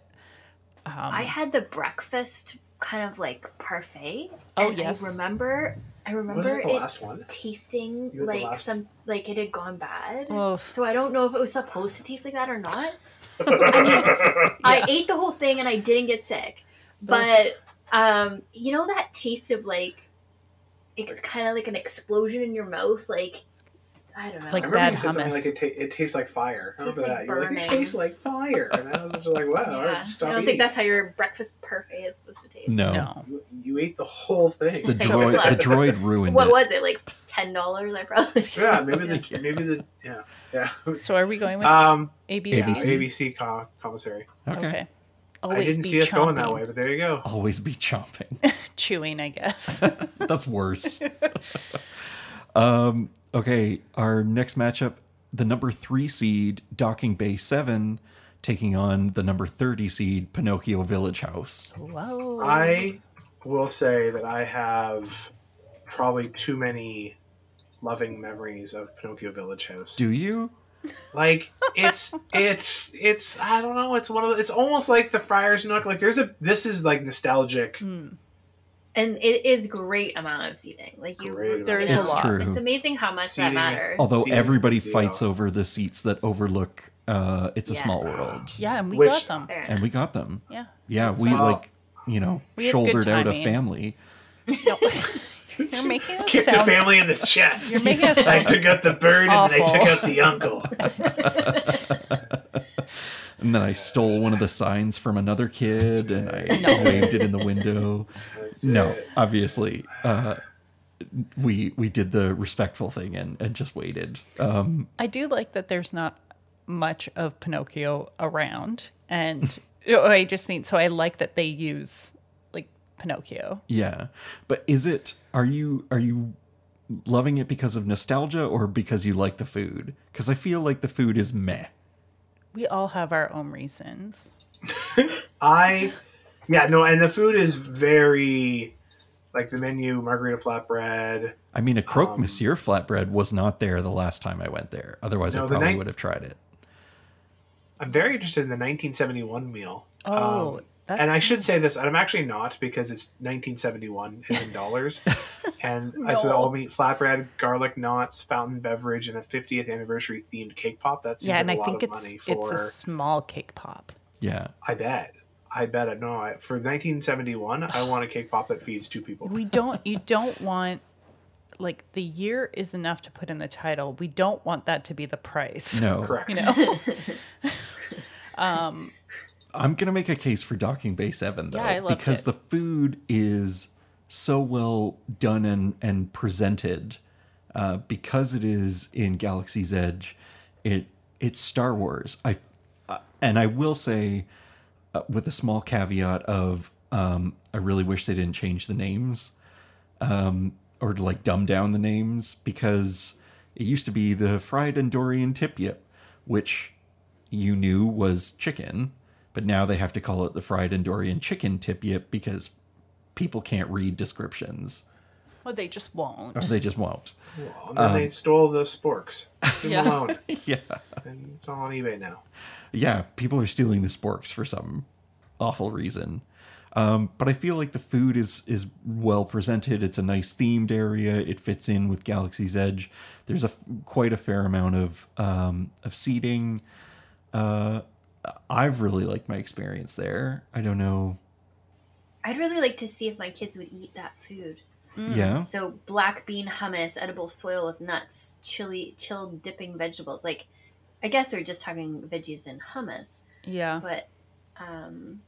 B: um
D: I had the breakfast kind of like parfait.
B: Oh,
D: and
B: yes.
D: I remember, I
C: Was
D: remember
C: it
D: it,
C: the last one?
D: tasting
C: You had the
D: like
C: last-
D: some like it had gone bad.
B: oof.
D: So I don't know if it was supposed to taste like that
B: (sighs)
D: or not. (laughs) I mean, I ate the whole thing and I didn't get sick. But um, you know that taste of like it's kind of like an explosion in your mouth, like I don't know.
C: I
B: Like
C: remember
B: bad
C: you said something
B: hummus.
C: like it, ta- it tastes like fire. I remember
D: Tastes
C: that.
D: like
C: You're like,
D: burning.
C: it tastes like fire. And I was just like, wow, all
D: yeah.
C: right,
D: I
C: stop
D: don't
C: eating.
D: think that's how your breakfast parfait is supposed to taste.
A: No.
B: No.
C: You, you ate the whole (laughs) thing.
A: The,
D: Take a
A: droid,
D: look.
A: the droid ruined
D: What
A: it.
D: was it like? Ten dollars? I probably. (laughs)
C: yeah, maybe the maybe the yeah yeah.
B: So are we going (laughs) with
C: Um,
B: ABC?
C: yeah,
A: ABC?
C: ABC com- commissary.
A: Okay.
B: Always
C: I didn't
B: be
C: see us going that
B: chomping-
C: way, but there you go.
A: Always be chomping.
B: Chewing, I guess.
A: That's worse. um, okay, our next matchup, the number three seed Docking Bay Seven, taking on the number thirty seed Pinocchio Village House.
B: Whoa.
C: I will say that I have probably too many loving memories of Pinocchio Village House.
A: Do you?
C: Like
B: (laughs)
C: it's it's it's I don't know. It's one of the, it's almost like the Friars Nook. Like there's a this is like nostalgic.
B: Mm.
D: and it is great amount of seating. Like you,
C: Great
D: there is
B: amount.
D: a
B: It's
D: lot.
A: true. Oh,
D: It's amazing how much
C: Seating-
D: that matters.
A: Although
C: Seems
A: everybody
C: to be,
A: fights
C: uh,
A: over the seats that overlook uh It's a
D: Yeah.
A: Small World.
B: Yeah, and we
C: Which-
B: got them.
D: Fair enough.
A: And we got them.
B: Yeah.
A: Yeah,
B: That's
A: we
C: right.
A: like, you know,
B: We had good
A: shouldered out a
B: timing.
A: family.
B: No.
C: (laughs)
B: You're making us
C: Kicked the
B: sound.
C: family in the chest.
B: (laughs) You're making
C: (laughs)
B: us
C: I
B: sound.
C: took out the bird and
B: Awful.
C: then I took out the uncle.
A: And then I stole one of the signs from another kid and I
C: No.
A: waved it in the window.
C: That's
A: no,
C: it.
A: obviously, uh, we we did the respectful thing and and just waited. Um,
B: I do like that there's not much of Pinocchio around, and (laughs) Oh, I just mean so I like that they use like Pinocchio.
A: yeah, but is it? Are you are you loving it because of nostalgia or because you like the food? Because I feel like the food is meh.
B: We all have our own reasons.
C: I, yeah, no, and the food is very, like the menu, margarita flatbread.
A: I mean, a croque
C: Um,
A: monsieur flatbread was not there the last time I went there. Otherwise, I
C: No, the
A: probably
C: night-
A: would have tried it.
C: I'm very interested in the 1971 meal.
B: Oh,
C: Um,
B: that's
C: and I should say this, I'm actually not because it's 1971 is in
B: (laughs)
C: dollars, and it's an
B: No.
C: all meat flatbread, garlic knots, fountain beverage, and a 50th anniversary themed cake pop. That seems
B: yeah,
C: like
B: and
C: a
B: I
C: lot
B: think
C: of
B: it's
C: money for.
B: it's a small cake pop.
A: Yeah,
C: I bet, I bet it. No, I, for 1971, I want a cake pop that feeds two people.
B: (laughs) We don't you don't want like the year is enough to put in the title. We don't want that to be the price.
A: no,
C: (laughs)
B: (laughs)
C: Correct.
B: You
D: (laughs)
B: know. um
A: I'm gonna make a case for Docking Bay Seven though,
B: Yeah, I loved
A: because
B: it.
A: the food is so well done and and presented. Uh, because it is in Galaxy's Edge, it it's Star Wars. I uh, and I will say, uh, with a small caveat of, um, I really wish they didn't change the names, um, or to like dumb down the names because it used to be the fried Andorian tip yip, which you knew was chicken, but now they have to call it the fried Andorian chicken tip yip because people can't read descriptions
B: well they just won't.
A: or they just won't.
C: Well, and then they stole the sporks. Leave
B: Yeah.
C: them alone.
A: yeah.
C: And it's all on eBay now.
A: Yeah, people are stealing the sporks for some awful reason. Um, but I feel like the food is is well presented. It's a nice themed area. It fits in with Galaxy's Edge. There's a f- quite a fair amount of um, of seating. Uh, I've really liked my experience there. I don't know.
D: I'd really like to see if my kids would eat that food.
B: Mm.
A: Yeah,
D: So black bean hummus, edible soil with nuts, chili, chilled dipping vegetables. Like, I guess we're just talking veggies and hummus,
B: Yeah.
D: but um,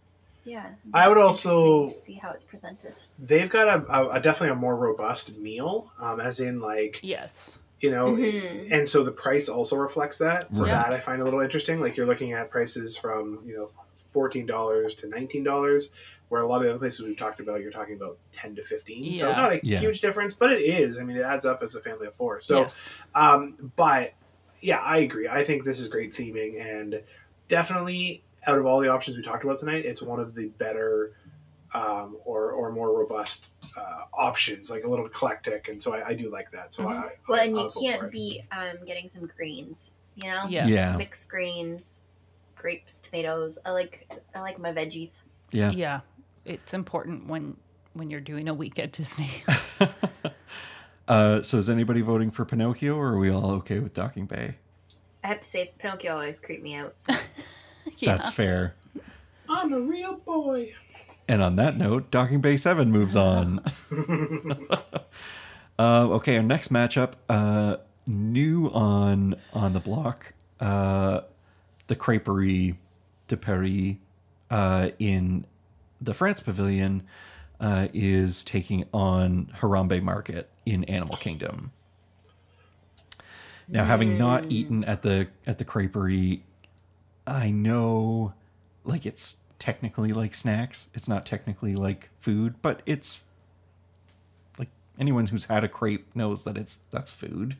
D: yeah.
C: I would also-
D: Interesting to see how it's presented.
C: They've got a, a, a definitely a more robust meal, um, as in like
B: Yes.
C: you know,
D: Mhm.
C: and so the price also reflects that. So
A: Right.
C: that I find a little interesting. Like you're looking at prices from you know fourteen dollars to nineteen dollars, where a lot of the other places we've talked about, you're talking about ten to fifteen. So
B: Yeah.
C: not a
A: Yeah.
C: huge difference, but it is. I mean, it adds up as a family of four. So,
B: yes.
C: um, but yeah, I agree. I think this is great theming and definitely out of all the options we talked about tonight, it's one of the better. Um, or, or more robust uh, options, like a little eclectic, and so I, I do like that. So I,
D: Mm-hmm. Well,
C: I-
D: and
C: I'll
D: you
C: go for
D: can't
C: it.
D: beat um, getting some greens. You know,
B: Yes.
A: Yeah.
D: mixed greens, grapes, tomatoes. I like I like my veggies.
A: yeah.
B: yeah it's important when when you're doing a week at disney
A: (laughs) Uh, so is anybody voting for Pinocchio, or are we all okay with Docking Bay?
D: I have to say, Pinocchio always creeped me out.
C: (laughs)
D: so-
B: yeah
A: That's fair.
C: I'm a real boy.
A: And on that note, Docking Bay 7 moves on. uh, okay, our next matchup, uh, new on on the block, uh, the Creperie de Paris uh, in the France Pavilion uh, is taking on Harambe Market in Animal Kingdom. Now, having not eaten at the at the Creperie, I know like it's technically like snacks. It's not technically like food, but it's like anyone who's had a crepe knows that it's that's food.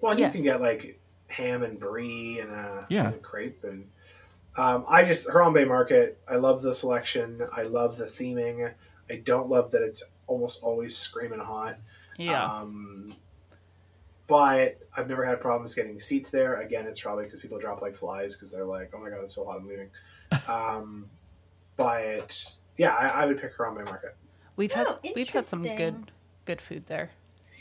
C: Well,
B: Yes.
C: you can get like ham and brie and a,
A: Yeah.
C: and a crepe, and um, I just Harambe Market. I love the selection. I love the theming. I don't love that it's almost always screaming hot.
B: yeah
C: Um, but I've never had problems getting seats there. Again, it's probably because people drop like flies because they're like, "Oh my god, it's so hot, I'm leaving." um, but yeah, I, I would pick Harambe Market.
B: we've had
D: Oh,
B: we've had some
D: interesting.
B: good good food there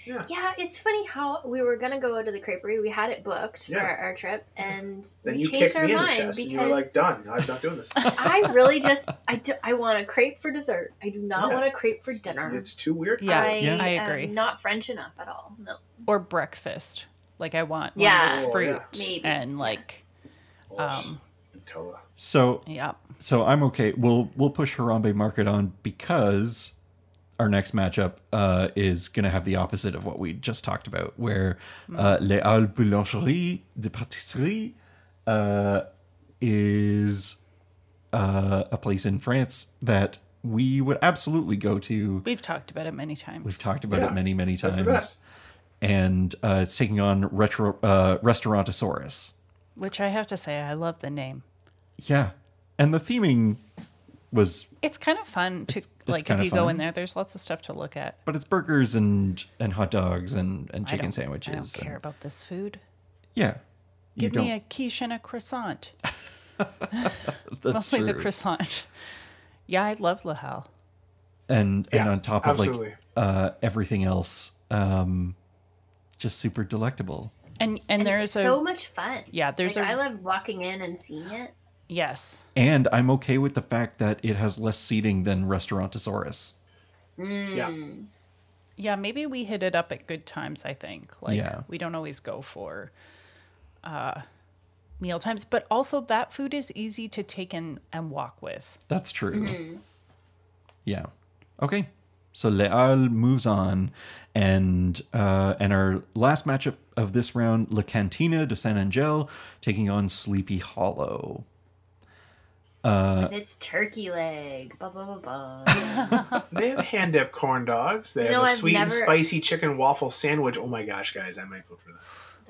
C: Yeah,
D: Yeah, it's funny how we were gonna go to the creperie. We had it booked
C: Yeah.
D: for our, our trip, and
C: then
D: we
C: you
D: changed
C: kicked
D: our
C: me in the
D: mind
C: chest, and you were
D: because
C: like, "Done, I'm not
D: (laughs)
C: doing this."
D: I
C: (laughs)
D: really just I, do, I want a crepe for dessert. I do not
C: Yeah.
D: want a crepe for dinner.
C: it's too weird. for
B: Yeah,
D: I,
C: me.
A: Yeah.
B: I agree.
D: Am not French enough at all. No,
B: or breakfast like i want
D: Yeah.
B: one with
C: Oh,
B: fruit
C: yeah.
D: maybe.
B: and like
C: Oh,
B: um
C: Nutella.
A: So
B: Yeah.
A: so I'm okay. We'll we'll push Harambe Market on because our next matchup uh, is going to have the opposite of what we just talked about, where uh, Les Halles Boulangerie de Pâtisserie uh, is uh, a place in France that we would absolutely go to.
B: We've talked about it many times.
A: We've talked about
C: Yeah,
A: it many many
C: that's
A: times,
C: the best.
A: and uh, it's taking on retro uh, Restaurantosaurus.
B: which I have to say, I love the name.
A: Yeah, and the theming was
B: It's kind of fun to like if
A: kinda
B: you go
A: fun.
B: in there. There's lots of stuff to look at.
A: but it's burgers and and hot dogs and and
B: I
A: chicken
B: don't-
A: sandwiches.
B: I don't care
A: and-
B: about this food.
A: yeah, you
B: Give
A: don't.
B: me a quiche and a croissant.
A: that's
B: (laughs) Mostly the
A: true.
B: croissant. (laughs) yeah, I love La Halle.
A: and and
C: Yeah,
A: on top of
C: absolutely.
A: like uh, everything else, um, just super delectable.
B: And and, there is
D: it's
B: a
D: so much fun.
B: Yeah, there's
D: like,
B: a-
D: I love walking in and seeing it.
B: yes.
A: And I'm okay with the fact that it has less seating than Restaurantosaurus.
C: Yeah.
D: mm.
B: Yeah, maybe we hit it up at good times, I think. Like
A: Yeah.
B: we don't always go for uh meal times, but also that food is easy to take in and walk
D: (laughs)
B: with. (laughs)
A: That's true. Yeah. Okay. So Leal moves on, and uh, and our last matchup of this round, La Cantina de San Angel, taking on Sleepy Hollow. Uh,
D: With its turkey leg. Blah blah blah blah.
B: (laughs)
C: They have hand dip corn dogs. They
D: You
C: have
D: know,
C: a
D: I've
C: sweet and
D: never-
C: spicy chicken waffle sandwich. Oh my gosh, guys, I might vote for that.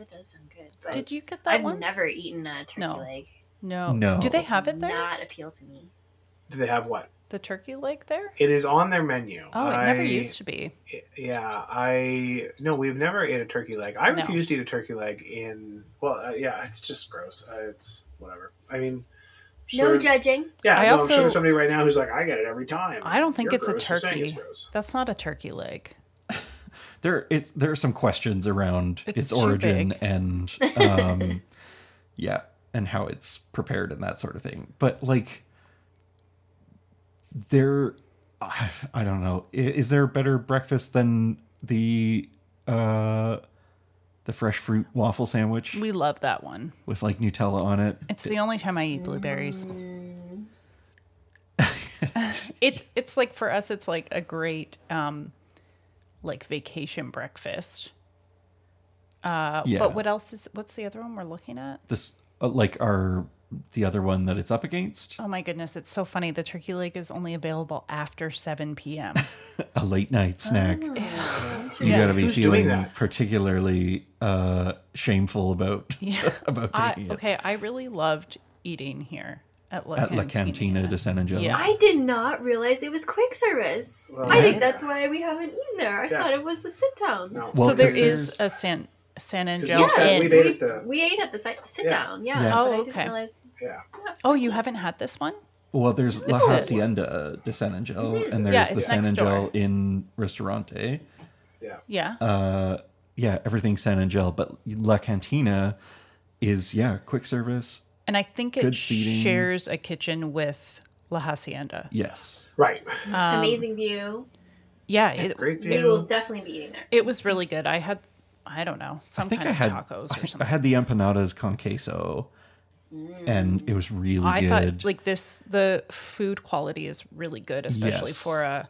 D: that does sound good. But
B: Did you get that
D: I've
B: once?
D: never eaten a turkey
B: No.
D: leg.
B: No.
A: No.
B: Do they have it there?
D: Not appeal to me.
C: Do they have what?
B: The turkey leg there?
C: It is on their menu.
B: Oh, it never
C: I-
B: used to be.
C: Yeah, I no, we've never ate a turkey leg. I
B: No.
C: refuse to eat a turkey leg in. Well, uh, yeah, it's just gross. Uh, it's whatever. I mean,
D: No
C: sure-
D: judging.
C: Yeah,
B: I
C: no, I'm
B: also-
C: sure there's somebody right now who's like, I get it every time.
B: I don't think
C: You're
B: it's a
C: gross for saying
B: turkey.
C: it's gross.
B: That's not a turkey leg.
A: there it's there are some questions around
B: It's
A: its,
B: too
A: origin
B: big.
A: and um (laughs) yeah and how it's prepared and that sort of thing but like there i, I don't know I- is there a better breakfast than the uh the fresh fruit waffle sandwich
B: We love that one.
A: with like nutella on it
B: It's the only time I eat blueberries. Mm.
A: (laughs)
B: it's it's like for us it's like a great um like vacation breakfast. Uh
A: Yeah.
B: but what else is what's the other one we're looking at?
A: this uh, like our the other one that it's up against
B: Oh my goodness, it's so funny. The turkey leg is only available after
A: (laughs)
B: 7 (laughs) p.m.
A: a late night snack you
B: Oh, Yeah.
A: gotta be
C: Who's doing
A: feeling
C: that?
A: particularly uh, shameful about (laughs) about
B: I,
A: taking
B: okay, I really loved eating here at La
A: it at La Cantina de San Angelo.
B: Yeah.
D: (laughs) I did not realize it was quick service.
C: Well,
D: I think
C: yeah.
D: that's why we haven't eaten there. I
C: Yeah.
D: thought it was a sit down.
C: No.
A: Well,
B: so there
A: 'cause
B: is
A: there's-
B: a San San
C: we
B: Angel
D: Yes,
C: said
B: Inn.
C: we've ate at the-
D: we ate at the sit sit
C: Yeah.
D: down. Yeah.
A: Yeah.
B: Oh,
D: but I
B: okay.
D: Didn't realize
C: Yeah.
B: Oh, you haven't had this one?
A: Well, there's La
B: good.
A: Hacienda de San Angel, and there's
B: Mm-hmm. Yeah,
A: the
B: it's
A: San
B: next
A: Angel
B: door.
A: in Restaurante.
C: Yeah.
B: Yeah.
A: Uh, yeah, everything's San Angel, but La Cantina is yeah, quick service.
B: And I think it
A: Good seating.
B: shares a kitchen with La Hacienda.
A: Yes,
C: Right.
B: um,
D: amazing view.
B: Yeah, it,
C: (laughs) Great
D: We
C: view.
D: will definitely be eating there.
B: it was really good. I had, I don't know, some
A: I think
B: kind
A: I had
B: of tacos
A: I,
B: or
A: think I
B: something. Mm.
A: had the empanadas con queso, and it was really
B: I,
A: good.
B: thought like this, the food quality is really good, especially
A: Yes.
B: for a.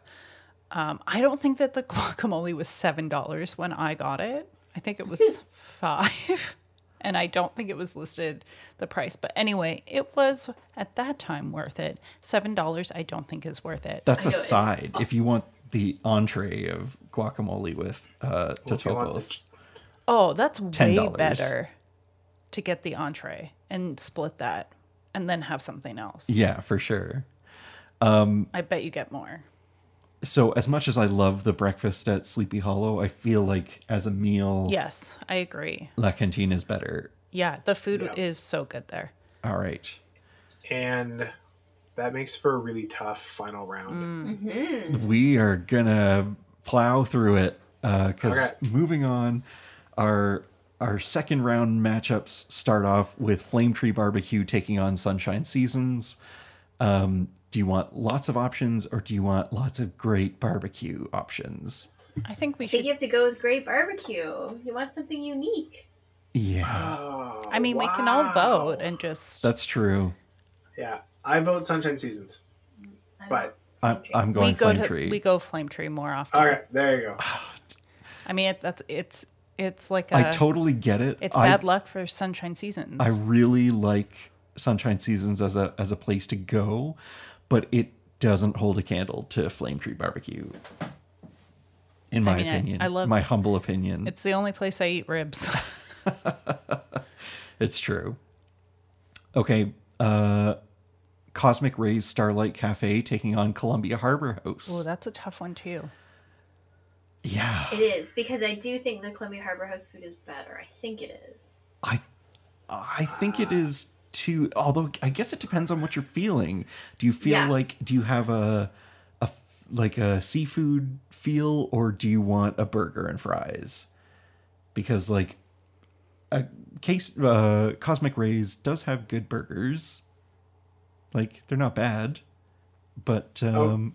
B: Um, I don't think that the (laughs) guacamole was seven dollars when I got it. I think it
A: (laughs)
B: was five, and I don't think it was listed the price. But anyway, it was at that time worth it. Seven dollars, I don't think is worth it.
A: That's
D: I
A: a
D: know it.
A: side. If you want the entree of guacamole with uh,
C: if you want
A: totopos,
B: Oh, that's way
A: $10.
B: better to get the entree and split that and then have something else.
A: yeah, for sure. Um,
B: I bet you get more.
A: So, as much as I love the breakfast at Sleepy Hollow, I feel like as a meal,
B: Yes, I agree.
A: La Cantina is better.
B: Yeah, the food
C: Yeah.
B: is so good there.
A: All right.
C: And that makes for a really tough final
B: Mm.
C: round.
B: Mm-hmm.
D: Mm-hmm.
A: We are going to plow through it because
C: Okay.
A: moving on, our. Our second round matchups start off with Flame Tree Barbecue taking on Sunshine Seasons. Um, do you want lots of options or do you want lots of great barbecue options?
B: Mm, I think we
D: I think
B: should.
D: you have to go with great barbecue. You want something unique.
A: Yeah,
C: Oh,
B: I mean, we can all
C: wow.
B: vote and just.
A: that's true.
C: Yeah, I vote Sunshine Seasons.
D: I don't-
C: But-
A: I, I'm going
B: we go
A: flame
B: to
A: tree.
B: we go flame tree more often.
C: All right, there you go.
B: I mean, it, that's it's it's like a
A: I totally get it.
B: it's
A: I,
B: bad luck for sunshine seasons.
A: I really like Sunshine Seasons as a as a place to go, but it doesn't hold a candle to Flame Tree Barbecue. In my
B: mean, I-
A: opinion,
B: I love-
A: my humble opinion. It's,
B: it's the only place I
A: (laughs)
B: eat ribs.
A: true. Okay, uh, Cosmic Rays Starlight Cafe taking on Columbia Harbor House.
B: oh, that's a tough one too.
A: yeah,
D: It is because I do think the Columbia Harbor House food is better. I think it is.
A: I I think it is too although I guess it depends on what you're feeling. Do you feel
D: Yeah.
A: like do you have a a f- like a seafood feel or do you want a burger and fries? Because like a case uh Cosmic Rays does have good burgers. Like they're not bad. But um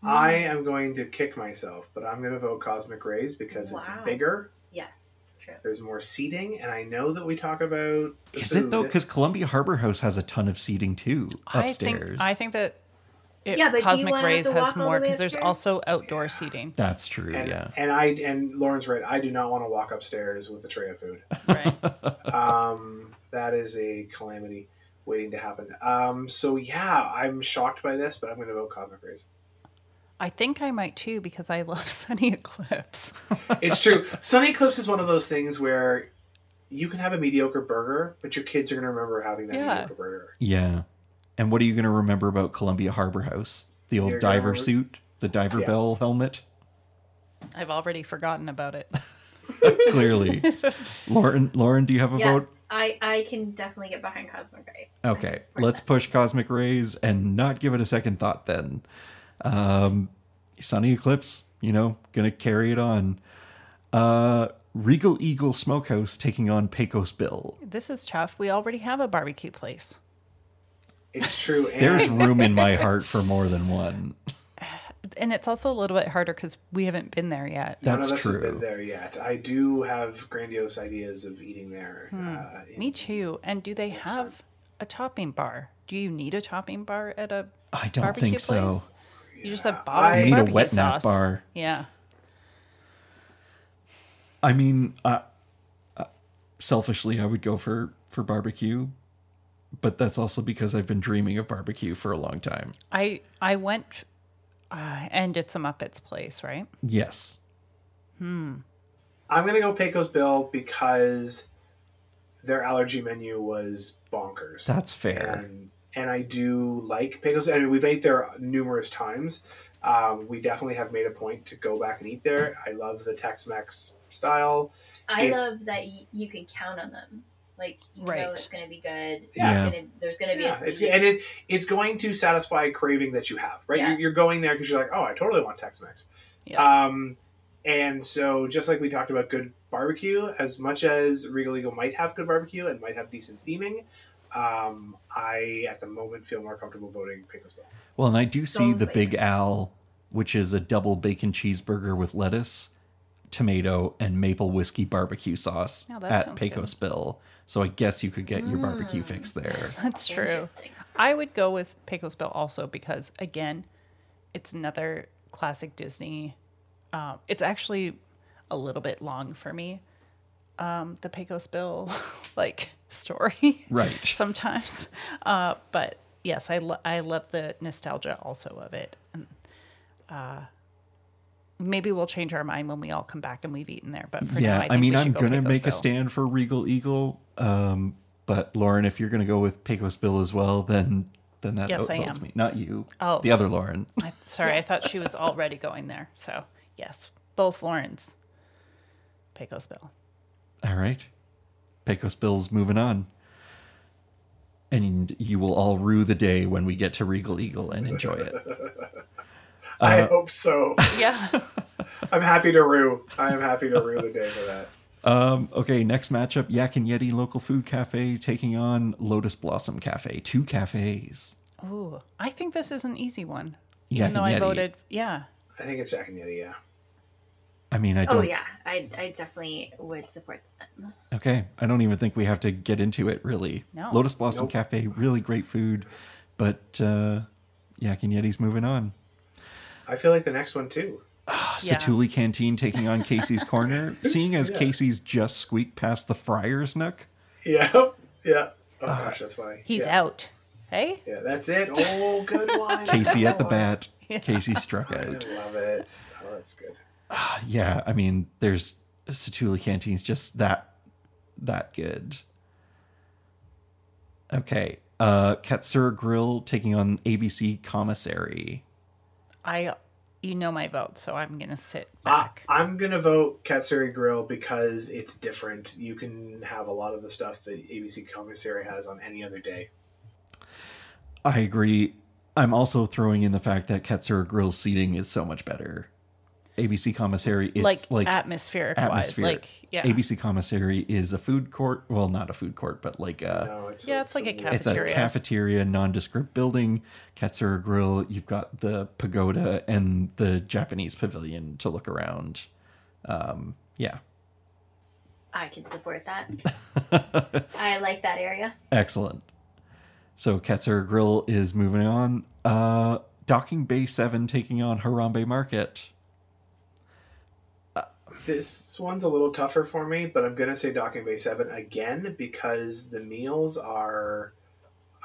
C: I am going to kick myself, but I'm going to vote Cosmic Rays because it's
D: Wow.
C: bigger.
D: Yes, true.
C: There's more seating, and I know that we talk about. the
A: is it though
C: food.
A: cuz Columbia Harbor House has a ton of seating too upstairs.
B: I think I think that it,
D: Yeah, but do you
B: Cosmic
D: wanna have
B: Rays
D: to
B: has
D: walk all
B: more
D: the way
B: because there's
D: upstairs?
B: also outdoor
D: (laughs)
B: seating.
A: that's true,
C: and,
A: yeah.
C: and I and Lauren's right. I do not want to walk upstairs with a tray of
A: (laughs)
C: food.
B: Right.
C: um, that is a calamity waiting to happen. Um, so yeah, I'm shocked by this, but I'm going to vote Cosmic Rays.
B: I think I might too because I love (laughs) sunny eclipse.
C: It's
A: (laughs)
C: true. Sunny Eclipse is one of those things where you can have a mediocre burger, but your kids are going to remember having that
B: Yeah.
C: mediocre burger.
A: Yeah. And what are you going to remember about Columbia Harbor House? The old
C: You're gonna
A: diver
C: re-
A: suit, the diver
C: Yeah.
A: bell helmet?
B: I've already forgotten about it.
A: Clearly. Lauren, Lauren, do you have a
D: yeah,
A: vote?
D: I I can definitely get behind Cosmic Rays. I can
A: Okay.
D: support
A: Let's
D: that.
A: push Cosmic Rays and not give it a second thought then. Um, Sunny Eclipse, you know, going to carry it on. Uh, Regal Eagle Smokehouse taking on Pecos Bill.
B: This is tough. We already have a barbecue place.
C: It's true. And
A: There's room in my heart for more than
B: (laughs)
A: one.
B: And it's also a little bit harder because we haven't been there yet.
A: That's
C: None of us
A: true.
C: have been there yet. I do have grandiose ideas of eating there. Uh, in-
B: Me too. And do they have a topping bar? Do you need a topping bar at a
A: I don't
B: barbecue
A: think so.
B: place? You just have
C: I-
B: bottles
A: I
B: of
A: need a
B: barbecue
A: wet nap
B: sauce.
A: bar.
B: Yeah.
A: I mean, uh, uh, selfishly, I would go for for barbecue, but that's also because I've been dreaming of barbecue for a long time.
B: I I went uh, and it's a Muppets place, right? Hmm,
A: Yes,
C: I'm gonna go Pecos Bill because their allergy menu was bonkers.
A: that's fair.
C: and and I do like Pecos. I mean, we've ate there numerous times. Um, we definitely have made a point to go back and eat there. I love the Tex-Mex style.
D: I
C: it's-
D: love that y- you can count on them. Like you
B: Right.
D: know it's going to be good. It's
A: Yeah.
D: gonna- there's going to be
C: Yeah,
D: a
C: it's,
D: seat.
C: and it it's going to satisfy a craving that you have, right?
D: Yeah.
C: You're, you're going there because you're like, oh, I totally want Tex-Mex.
B: Yeah.
C: Um, and so, just like we talked about good barbecue, as much as Regal Eagle might have good barbecue and might have decent theming, um, I at the moment feel more comfortable voting Pecos Bill.
A: Well, and I do see
D: Don't
A: the
D: wait.
A: Big Al, which is a double bacon cheeseburger with lettuce, tomato, and maple whiskey barbecue sauce
B: Now that
A: at
B: sounds
A: Pecos Bill. So I guess you could get your barbecue fix there.
B: That's true.
D: Interesting.
B: I would go with Pecos Bill also because again, it's another classic Disney. Um, it's actually a little bit long for me. Um, the Pecos Bill (laughs) like story
A: Right.
B: (laughs) sometimes, uh, but yes, I lo- I love the nostalgia also of it. And, uh, maybe we'll change our mind when we all come back and we've eaten there. But for now,
A: yeah,
B: I,
A: I,
B: think we
A: mean,
B: should
A: I'm
B: go
A: gonna
B: Pecos
A: make a
B: Bill.
A: stand for Regal Eagle, um, but Lauren, if you're gonna go with Pecos Bill as well, then then that
B: Yes, I
A: outvotes
B: am.
A: me. Not you.
B: Oh.
A: the other Lauren. (laughs)
B: I, sorry, I thought she was already going there. So, yes, both Laurens. Pecos Bill.
A: All right, Pecos Bill's moving on, and you will all rue the day when we get to Regal Eagle and enjoy it. Uh,
C: I hope so. (laughs)
B: Yeah.
C: I'm happy to rue. I am happy to rue the day for that.
A: Um, okay, next matchup: Yak and Yeti Local Food Cafe taking on Lotus Blossom Cafe. Two cafes.
B: (laughs) Ooh, I think this is an easy one.
A: Yeah,
B: Even though I
A: Yeti.
B: voted, yeah.
C: I think it's Jack and Yeti. Yeah.
A: I mean, I don't.
D: Oh yeah, I I definitely would support that.
A: Okay, I don't even think we have to get into it really.
B: No.
A: Lotus Blossom
C: Nope.
A: Cafe, really great food, but uh, Yak and Yeti's moving on.
C: I feel like the next one too. (laughs)
A: Ah,
B: (gasps) Yeah.
A: Satuli Canteen taking on Casey's
B: (laughs)
A: Corner. Seeing as
C: Yeah.
A: Casey's just squeaked past the Friar's Nook.
C: Yeah. Yeah. Oh
A: Uh,
C: gosh, that's funny.
B: He's
C: yeah.
B: out. Hey?
C: Yeah, that's it. Oh, good one.
A: Casey
B: (laughs)
A: at the
C: Good one.
A: bat.
B: Yeah.
A: Casey struck
C: I
A: out.
C: love it. Oh, that's good.
A: Ah, yeah, I mean, there's Satuli Canteen's just that that good. Okay. Uh Katsura Grill taking on ABC Commissary.
B: I you know my vote, so I'm gonna sit
A: Ah,
C: I,
B: back.
C: I'm gonna vote Katsuri Grill because it's different. You can have a lot of the stuff that ABC Commissary has on any other day.
A: I agree. I'm also throwing in the fact that Katsura Grill seating is so much better. ABC Commissary, it's
B: like,
A: like,
B: atmospheric wise.
A: atmospheric.
B: Like yeah.
A: ABC Commissary is a food court. Well, not a food court, but like a,
C: No, it's
B: Yeah, it's like a
C: weird-
A: it's a
B: Cafeteria.
A: cafeteria, nondescript building. Katsura Grill, you've got the pagoda and the Japanese pavilion to look around. Um, yeah,
D: I can
A: (laughs)
D: support that. I like that area.
A: excellent. So Katsura Grill is moving on. Uh, Docking Bay 7 taking on Harambe Market.
C: This one's a little tougher for me, but I'm gonna say Docking Bay Seven again because the meals are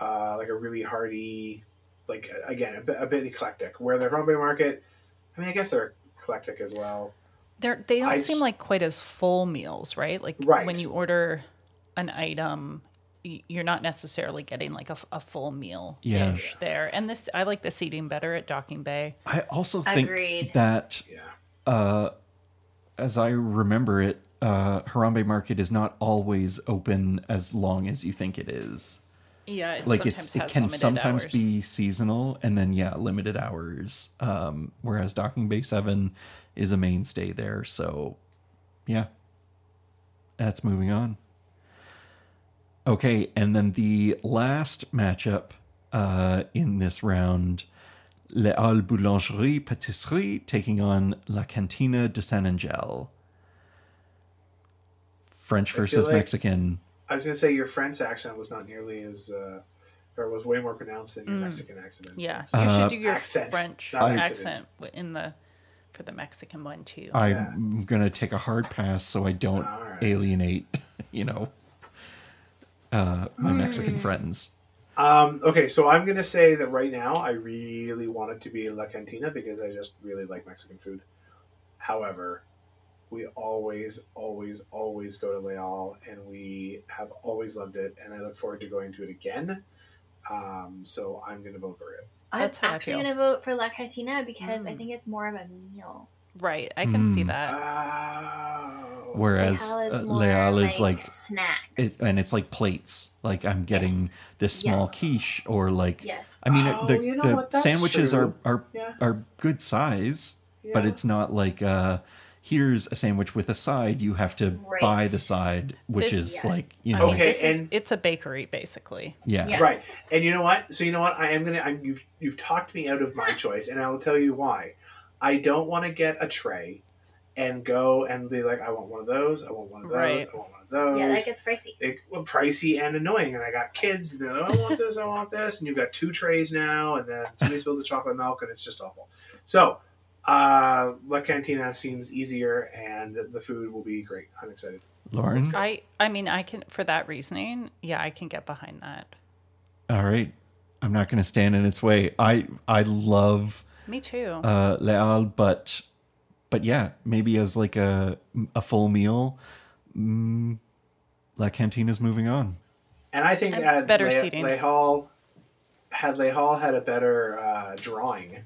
C: uh, like a really hearty, like again a bit, a bit eclectic. Where the Harambe Market, I mean, I guess they're eclectic as well.
B: They're, they don't
C: I
B: seem
C: just-
B: like quite as full meals, right? Like
C: Right.
B: when you order an item, y- you're not necessarily getting like a, f- a full meal
A: Yeah.
B: ish there. And this, I like the seating better at Docking Bay.
A: I also think
D: Agreed.
A: that,
C: Yeah,
A: uh, as I remember it, uh, Harambe Market is not always open as long as you think it is.
B: Yeah, it
A: Like
B: sometimes
A: it's it
B: has
A: can
B: limited
A: sometimes
B: hours.
A: be seasonal and then yeah, limited hours. Um, whereas Docking Bay Seven is a mainstay there, so yeah, that's moving on. Okay, and then the last matchup uh, in this round, Les Halles Boulangerie Patisserie taking on La Cantina de San Angel. French
C: I feel
A: versus
C: like-
A: Mexican.
C: I was gonna say your French accent was not nearly as, uh, or was way more pronounced than your
B: Mm.
C: Mexican accent.
B: Yeah, you
A: Uh,
B: should do your
C: accent,
B: French
C: not
B: accent,
C: accident.
B: w in the for the Mexican one too.
A: I'm gonna take a hard pass so I don't
C: All right.
A: alienate, (laughs) you know, uh, my
D: Hmm.
A: Mexican friends.
C: Um, okay, so I'm gonna say that right now I really want it to be La Cantina because I just really like Mexican food. However, we always, always, always go to Leal, and we have always loved it, and I look forward to going to it again. Um, so I'm gonna vote for it.
D: I'm
B: That's how I
D: actually
B: feel.
D: going to vote for La Cartina because I
B: Mm.
D: think it's more of a meal.
B: Right, I can see
A: Mm.
C: Uh,
B: that.
C: Oh,
A: Whereas
D: Leal is
A: uh,
D: more
A: Leal is like,
D: snacks.
A: it, and it's like plates. Like I'm getting this small
D: Yes.
A: quiche, or like
D: yes.
A: I mean,
C: Oh,
A: the,
C: you know
A: the
C: what, that's
A: sandwiches
C: true.
A: are are
C: yeah,
A: are good size, but
C: yeah.
A: it's not like uh, here's a sandwich with a side. You have to
D: Right.
A: buy the side, which
B: This-
A: is
D: Yes.
A: like you
B: I
A: know,
B: mean,
C: Okay,
B: this is
C: and-
B: it's a bakery basically.
A: yeah.
D: Yes.
C: Right. And you know what? So you know what? I am gonna. I'm, you've you've talked me out of my choice, and I will tell you why. I don't want to get a tray, and go and be like, I want one of those. I want one of those.
B: Right.
C: I want one of those.
D: Yeah, that gets pricey.
C: it, well, pricey and annoying, and I got kids. And they're like, I want this. I want this. And you've got two trays now, and then somebody spills the chocolate milk, and it's just awful. So. Uh, La Cantina seems easier, and the food will be great. I'm excited.
A: Lauren,
B: I I mean, I can for that reasoning. Yeah, I can get behind that.
A: all right. I'm not going to stand in its way. I I love
B: Me too.
A: uh, Leal, but but yeah, maybe as like a a full meal. Mm, La Cantina's moving on.
C: And I think
B: And
C: had
B: better
C: Le-
B: seating.
C: Le Hall had Le Hall had a better uh, drawing,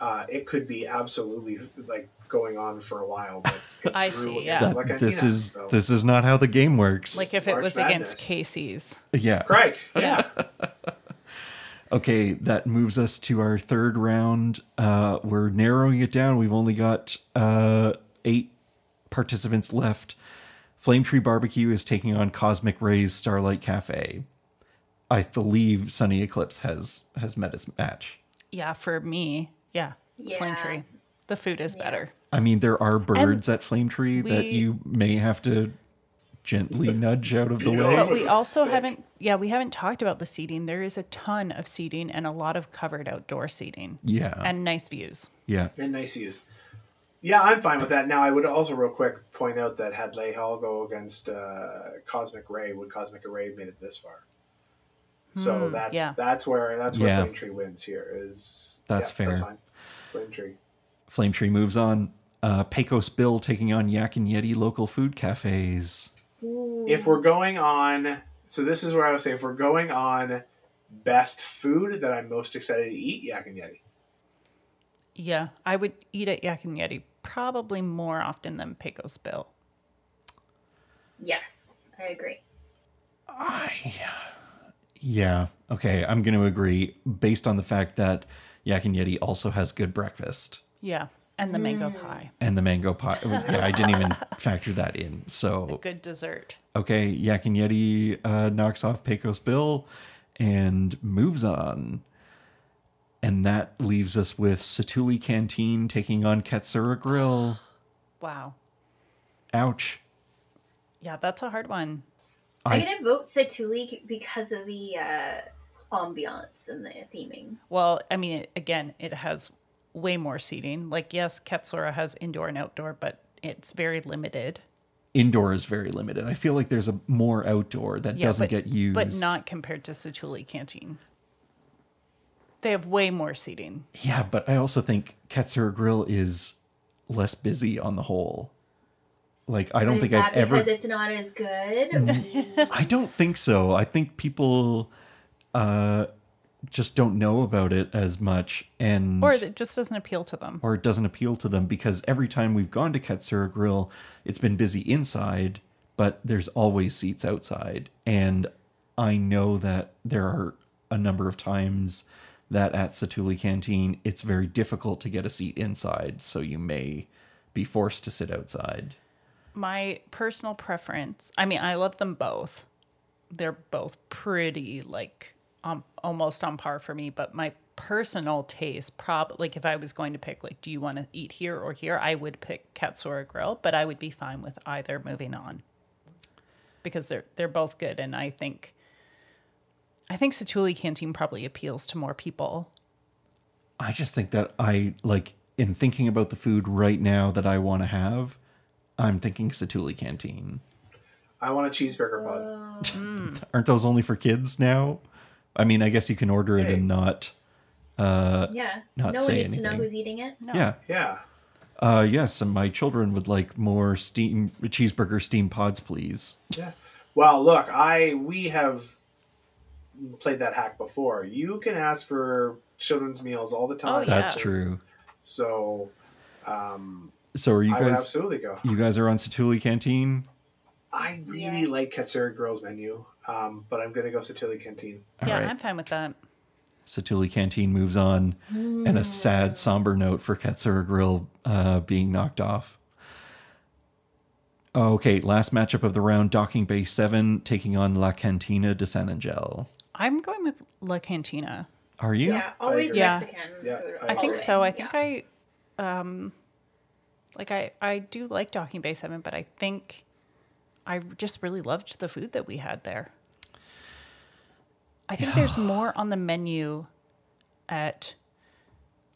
C: uh, it could be absolutely like going on for a while.
B: (laughs)
C: But it
B: I
C: drew
B: see,
C: against
B: yeah.
A: That-
C: La Cantina,
A: this is
C: so-
A: this is not how the game works.
B: like if it
C: March
B: was against
C: Madness.
B: Casey's.
A: Oh, yeah.
C: correct.
B: Yeah.
C: Yeah,
A: Okay, that moves us to our third round. Uh, we're narrowing it down. We've only got uh, eight participants left. Flame Tree Barbecue is taking on Cosmic Rays Starlight Cafe. I believe Sunny Eclipse has has met its match.
B: Yeah, for me, yeah,
D: Yeah.
B: Flame Tree. The food is
D: Yeah.
B: better.
A: I mean, there are birds at Flame Tree that
B: we-
A: you may have to gently nudge out of the
C: Yeah.
A: way.
B: But we
C: With a
B: also
C: stick.
B: haven't, yeah, we haven't talked about the seating. There is a ton of seating and a lot of covered outdoor seating
A: Yeah.
B: and nice views.
A: yeah.
C: And nice views. Yeah, I'm fine with that. Now, I would also, real quick, point out that had Hall go against uh, Cosmic Ray, would Cosmic Ray have made it this far? So
B: Hmm,
C: that's
B: yeah.
C: that's where that's where
A: Yeah.
C: Flame Tree wins here. Is
A: That's
C: yeah, That's
A: fair.
C: fine. Flame Tree.
A: Flame Tree moves on. Uh, Pecos Bill taking on Yak and Yeti local food cafes.
C: If we're going on, so this is where I would say if we're going on best food that I'm most excited to eat, Yak and Yeti.
B: Yeah, I would eat at Yak and Yeti probably more often than Pecos Bill.
D: Yes, I agree.
A: I, yeah. Okay. I'm going to agree based on the fact that Yak and Yeti also has good breakfast
B: Yeah, Mm. and the mango pie,
A: and the mango pie. yeah, I didn't even factor that in. So,
B: good dessert.
A: okay. Yak and Yeti uh, knocks off Pecos Bill and moves on. And that leaves us with Satuli Canteen taking on Katsura
B: (sighs)
A: Grill.
B: Wow.
A: Ouch.
B: Yeah, that's a hard one.
A: I-
D: I... am gonna vote Satuli because of the uh, ambiance and the theming.
B: Well, I mean, it, again, it has way more seating. Like, yes, Katsura has indoor and outdoor, but it's very limited.
A: Indoor is very limited. I feel like there's a more outdoor that
B: Yeah,
A: doesn't
B: but-
A: get used.
B: but not compared to Satuli Canteen. They have way more seating.
A: Yeah, but I also think Katsura Grill is less busy on the whole. Like I don't
D: Is
A: think
D: that
A: I've ever Mm-hmm.
D: because it's not as good.
A: (laughs) I don't think so. I think people uh just don't know about it as much and
B: Or it just doesn't appeal to them.
A: or it doesn't appeal to them because every time we've gone to Katsura Grill, it's been busy inside, but there's always seats outside. And I know that there are a number of times that at Satuli Canteen, it's very difficult to get a seat inside, so you may be forced to sit outside.
B: My personal preference, I mean, I love them both. They're both pretty, like, um, almost on par for me, but my personal taste, prob like, if I was going to pick, like, do you want to eat here or here, I would pick Katsura Grill, but I would be fine with either moving on because they're they're both good, and I think I think Satuli Canteen probably appeals to more people
A: I just think that I like in thinking about the food right now that I want to have, I'm thinking Satuli Canteen.
C: I want a
B: Uh,
C: cheeseburger bun.
A: Aren't those only for kids now? I mean, I guess you can order it and not uh
D: (laughs) yeah,
A: Not
D: no one
A: say
D: needs to know
A: anything.
D: who's eating it.
B: No.
A: Yeah.
C: Yeah.
A: Uh, yes, and my children would like more steam cheeseburger steam pods, please.
C: Yeah. Well, look, I we have played that hack before. You can ask for children's meals all the time.
B: Oh, yeah.
A: That's true.
C: So, um,
A: So are you
C: I would
A: guys?
C: absolutely go.
A: You guys are on Satuli Canteen.
C: I really
D: Yeah.
C: like Katsura Girls menu, um, but I'm gonna go Satili Canteen.
A: All
B: yeah,
A: right.
B: I'm fine with that.
A: Satuli Canteen moves on, and
D: Mm.
A: a sad, somber note for Katsura Grill uh, being knocked off. Okay, last matchup of the round: Docking Bay Seven taking on La Cantina de San Angel.
B: I'm going with La Cantina.
A: Are you?
D: Yeah, always
C: agree.
B: Yeah.
D: Mexican.
C: Yeah,
D: food
C: I
B: I
D: all
B: think
D: the way.
B: so. I think
D: Yeah.
B: I, um, like I, I do like Docking Bay Seven, but I think I just really loved the food that we had there. I think there's more on the menu at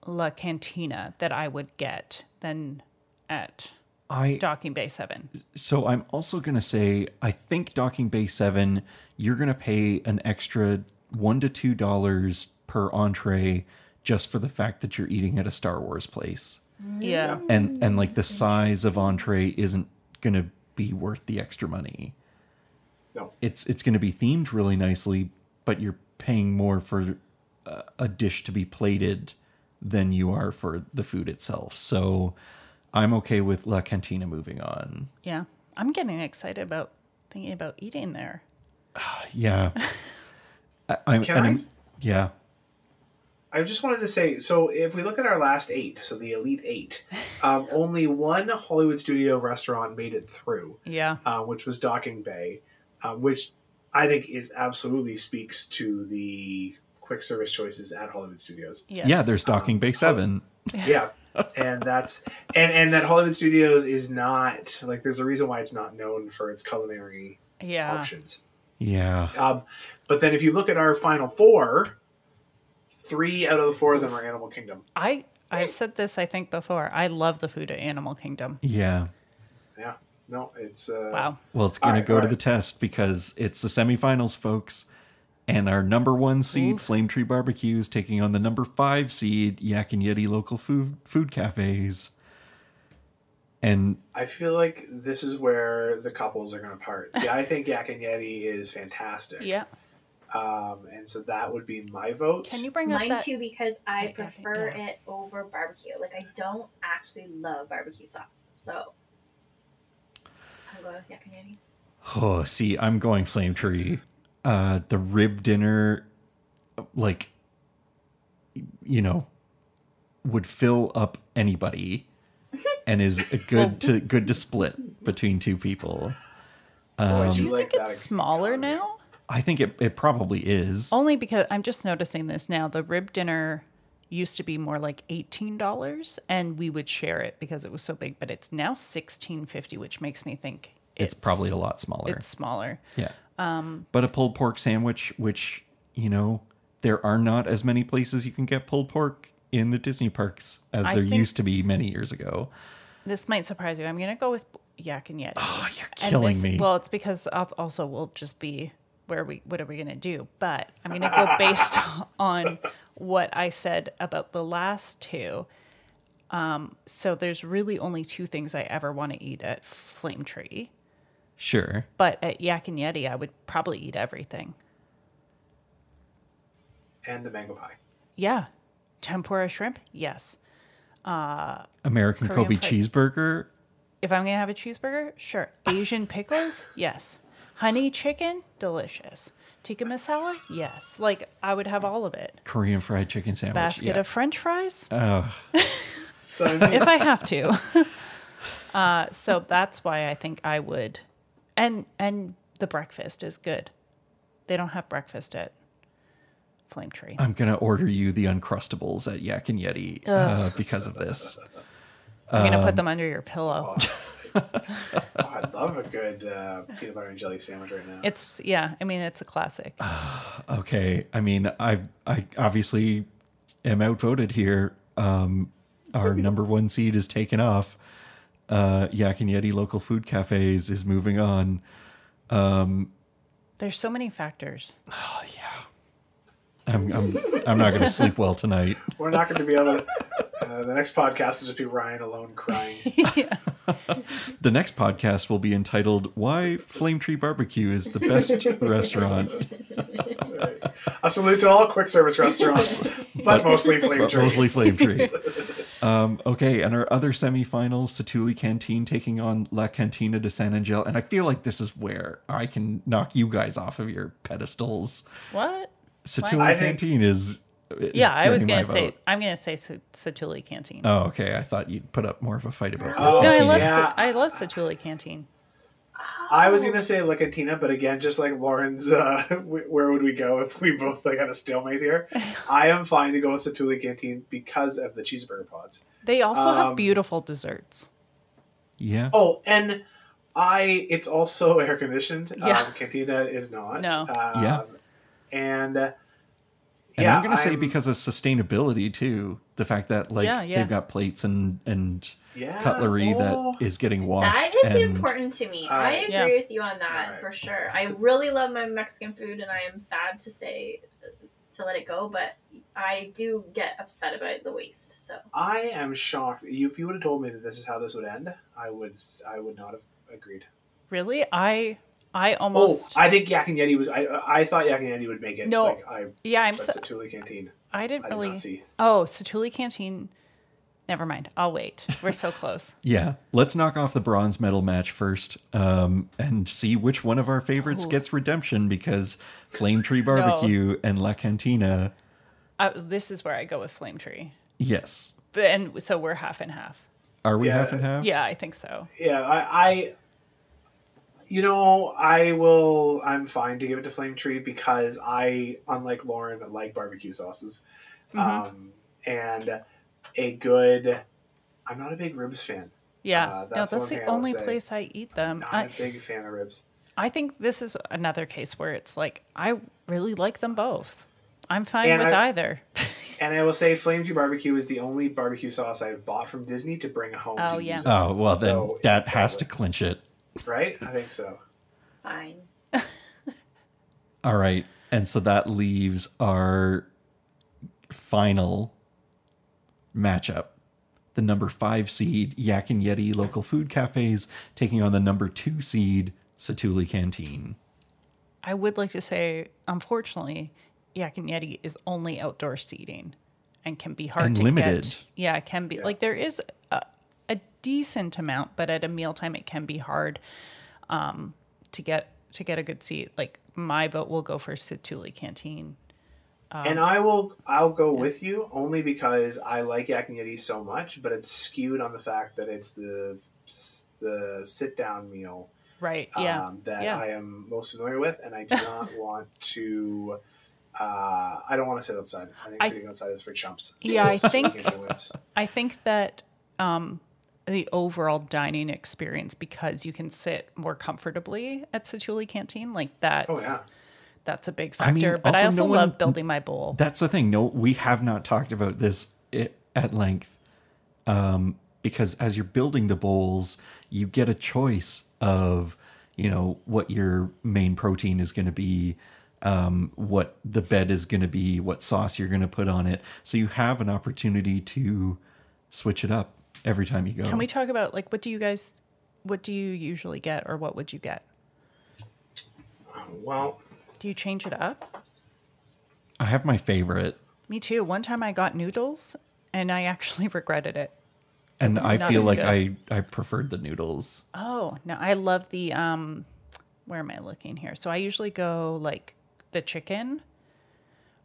B: La Cantina that I would get than at
A: I
B: Docking Bay Seven.
A: So I'm also going to say I think Docking Bay 7 you're going to pay an extra 1 to 2 dollars per entree just for the fact that you're eating at a Star Wars place.
B: Yeah,
A: And and like the size of entree isn't going to be worth the extra money.
C: No.
A: It's it's going to be themed really nicely, but you're paying more for uh, a dish to be plated than you are for the food itself. So I'm okay with La Cantina moving on.
B: yeah. I'm getting excited about thinking about eating there.
A: Yeah. I, I'm,
C: Can
A: and
C: I?
A: I'm- yeah.
C: I just wanted to say, so if we look at our last eight, so the elite eight, um, only one Hollywood studio restaurant made it through,
B: Yeah,
C: uh, which was Docking Bay, uh, which I think is absolutely speaks to the quick service choices at Hollywood Studios.
B: yes.
C: Oh.
A: Yeah, there's Docking Bay 7.
C: Yeah, and that's and and that Hollywood Studios is not like there's a reason why it's not known for its culinary
B: Yeah.
C: options.
A: Yeah.
C: Um, but then if you look at our final four, three out of the four of them are Animal Kingdom.
B: I I've said this I think before. I love the food at Animal Kingdom.
A: Yeah.
C: Yeah, no, it's uh,
B: Wow.
A: Well, it's going
C: All
A: to
C: right,
A: go
C: all
A: to
C: right.
A: the test because it's the semifinals, folks. And our number one seed,
B: Oof.
A: Flame Tree Barbecue, is taking on the number five seed, Yak and Yeti Local Food Food Cafes. And
C: I feel like this is where the couples are going to part. See,
B: (laughs)
C: I think Yak and Yeti is fantastic.
B: Yeah.
C: Um, and so that would be my vote.
B: Can you bring up
D: Mine
B: that?
D: too because I
B: Yeah, yeah,
D: prefer
B: yeah.
D: it over barbecue. Like I don't actually love barbecue sauce, so I'll go with yakiniani.
A: oh, see, I'm going Flame Tree. Uh, the rib dinner, like, you know, would fill up
B: (laughs)
A: anybody, and is a good to good to split between two people. Um,
C: Boy,
B: Do
C: do
B: you
C: like
B: think
C: that
B: it's smaller
C: economy.
B: now?
A: I think it, it probably is.
B: Only because I'm just noticing this now. The rib dinner used to be more like eighteen dollars, and we would share it because it was so big. But it's now sixteen fifty, which makes me think
A: it's, probably a lot smaller.
B: it's smaller.
A: yeah. Um, but a pulled pork sandwich, which you know, there are not as many places you can get pulled pork in the Disney parks as
B: I
A: there
B: think-
A: used to be many years ago. (gasps)
B: This might surprise you. I'm gonna go with Yak and Yeti.
A: Oh, you're
B: And
A: killing
B: this-
A: me.
B: Well, it's because al- also we'll just be where we what are we going to do? But I'm going to go
A: (laughs)
B: based (laughs) on what I said about the last two. Um, so there's really only two things I ever want to eat at Flame Tree,
A: sure.
B: but at Yak and Yeti I would probably eat everything.
C: And the mango pie.
B: Yeah, tempura shrimp. Yes.
A: American
B: Korean
A: Kobe
B: fried-
A: cheeseburger.
B: If I'm going to have a cheeseburger, sure. Asian pickles? Yes. Honey chicken? Delicious. Tikka masala? Yes. Like I would have all of it.
A: Korean fried chicken sandwich.
B: basket
A: yeah. Uh-huh.
B: of french fries
A: Ugh.
B: (laughs)
C: So I mean,
B: if I have to.
A: (laughs)
B: uh, so that's why I think I would. And and the breakfast is good. They don't have breakfast at Flame Tree.
A: I'm gonna order you the Uncrustables at Yak and Yeti uh, because of this.
B: I'm gonna
A: um,
B: put them under your
A: uh, (laughs)
B: pillow.
C: oh, I'd love a good uh, peanut butter and jelly sandwich right now.
B: It's yeah. I mean, it's a classic.
A: Uh, Okay, I mean, I I obviously am outvoted here. Um,
B: (laughs)
A: our number one seed is taken off. Uh, Yak and Yeti local food cafes is moving on.
B: There's so
A: (laughs)
B: many factors. (laughs)
A: I'm I'm, I'm not going to sleep well tonight.
C: We're not going to be able to. Uh, the next podcast will just be Ryan alone crying.
B: (laughs)
A: The next podcast will be entitled "Why Flame Tree Barbecue is the
B: (laughs)
A: best restaurant,
C: A salute to all quick
B: (laughs)
C: service restaurants, but mostly Flame
A: but
C: Tree.
A: mostly Flame
C: (laughs)
A: Tree." Um, okay, and our other semifinal, Satuli Canteen taking on La Cantina de San Angel, and I feel like this is where I can knock you guys off of your pedestals.
B: What?
A: Satuli
C: I think-
A: Canteen is, is
B: Yeah, I was
A: getting
B: gonna
A: my
B: say.
A: vote.
B: I'm gonna say Sa- Satuli Canteen.
A: Oh, okay. I thought you'd put up more of a fight about.
B: no,
C: Oh,
B: I
A: Cantina.
B: love
C: yeah.
B: Sa- I love Satuli Canteen.
C: I
B: Oh.
C: was gonna say La Cantina, but again, just like Lauren's, uh, (laughs) wh- where would we go if we both like had a
B: (laughs)
C: stalemate here? I am fine to go with Satuli Canteen because of the cheeseburger pods.
B: They also
C: Um,
B: have beautiful desserts.
A: Yeah.
C: Oh, and I, it's also (laughs) air conditioned.
B: Yeah.
C: Um, Cantina is not.
B: No.
C: Um,
A: Yeah.
C: And uh,
A: And
C: yeah,
A: I'm gonna say
C: I'm-
A: because of sustainability too, the fact that like
B: Yeah, yeah.
A: they've got plates and and
C: yeah,
A: cutlery
C: oh.
A: that is getting washed.
D: That is
A: and
D: important to me. I
C: Alright.
D: agree
B: Yeah.
D: with you on that
C: Alright.
D: for sure. I really love my Mexican food, and I am sad to say to let it go, but I do get upset about the waste. So
C: I am shocked. You, if you would have told me that this is how this would end, I would, I would not have agreed.
B: Really, I I almost.
C: Oh, I think Yak and Yeti was. I, I thought Yak and Yeti would make it.
B: No.
C: like, I,
B: yeah, I'm.
C: but
B: So,
C: Satuli Canteen.
B: I
C: I
B: didn't
C: did
B: really.
C: not see.
B: Oh, Satuli Canteen. Never mind. I'll wait. We're
C: (laughs)
B: so close.
A: Yeah. Let's knock off the bronze medal match first, um, and see which one of our favorites
B: Oh.
A: gets redemption because Flame Tree Barbecue and La Cantina.
B: Uh, this is where I go with Flame Tree.
A: Yes.
B: But- And so we're half and half.
A: Are we
C: Yeah.
A: half and half?
B: Yeah, I think so.
C: Yeah, I, I, you know, I will. I'm fine to give it to Flame Tree because I, unlike
B: Mm-hmm.
C: Lauren, like barbecue sauces,
B: Mhm.
C: um, and a Um, good I'm not a big ribs fan.
B: Yeah,
C: Uh,
B: no, that's
C: that's one
B: the
C: thing I will
B: only
C: say.
B: place I eat them.
C: Not
B: I,
C: a big fan of ribs.
B: I think this is another case where it's like I really like them both. I'm fine
C: And
B: with
C: I-
B: either. (laughs)
C: And I will say, Flame View Barbecue is the only barbecue sauce I've bought from Disney to bring home.
B: Oh,
C: to
B: yeah.
C: use it,
A: Oh well, then
C: So,
A: that
C: it
A: has to
C: works.
A: clinch it.
C: right? I think so.
D: Fine.
A: All right, and so that leaves our final matchup: the number five seed Yak and Yeti local food cafes taking on the number two seed Satuli Canteen.
B: I would like to say, unfortunately, Yak and Yeti is only outdoor seating and can be hard
A: And
B: to
A: limited.
B: get. Yeah, it can be. Like there is a, a decent amount, but at a mealtime it can be hard um, to get to get a good seat. Like my vote will go for Situli Canteen.
C: and
B: Um,
C: I will, I'll go with you only because I like Yak and Yeti so much, but it's skewed on the fact that it's the the sit down meal
B: Right.
C: um,
B: Yeah.
C: that
B: yeah.
C: I am most familiar with, and
B: (laughs)
C: I do not want to. Uh, I don't want to sit outside. I think
B: I-
C: sitting outside is for chumps.
B: Yeah, I
C: Sitting
B: think-
C: outside wins.
B: I think that um, the overall dining experience, because you can sit more comfortably at Situli Canteen, like that's (laughs)
C: Oh yeah.
B: that's a big
A: I mean,
B: factor. but I
A: also
B: also
A: no
B: love
A: one-
B: building my bowl.
A: That's the thing. No, we have not talked about this i at length. Um, because as you're building the bowls, you get a choice of, you know, what your main protein is going to be, um, what the bed is going to be, what sauce you're going to put on it. So you have an opportunity to switch it up every time you go.
B: Can we talk about like what do you guys what do you usually get or what would you get?
C: Well,
B: Do you change it up?
A: I have my favorite,
B: Me too. One time I got noodles and I (laughs) actually regretted it.
A: and
B: was
A: I
B: not
A: feel
B: as
A: like
B: good.
A: I I preferred the noodles.
B: Oh, no, I love the um where am I looking here? So I usually go like the chicken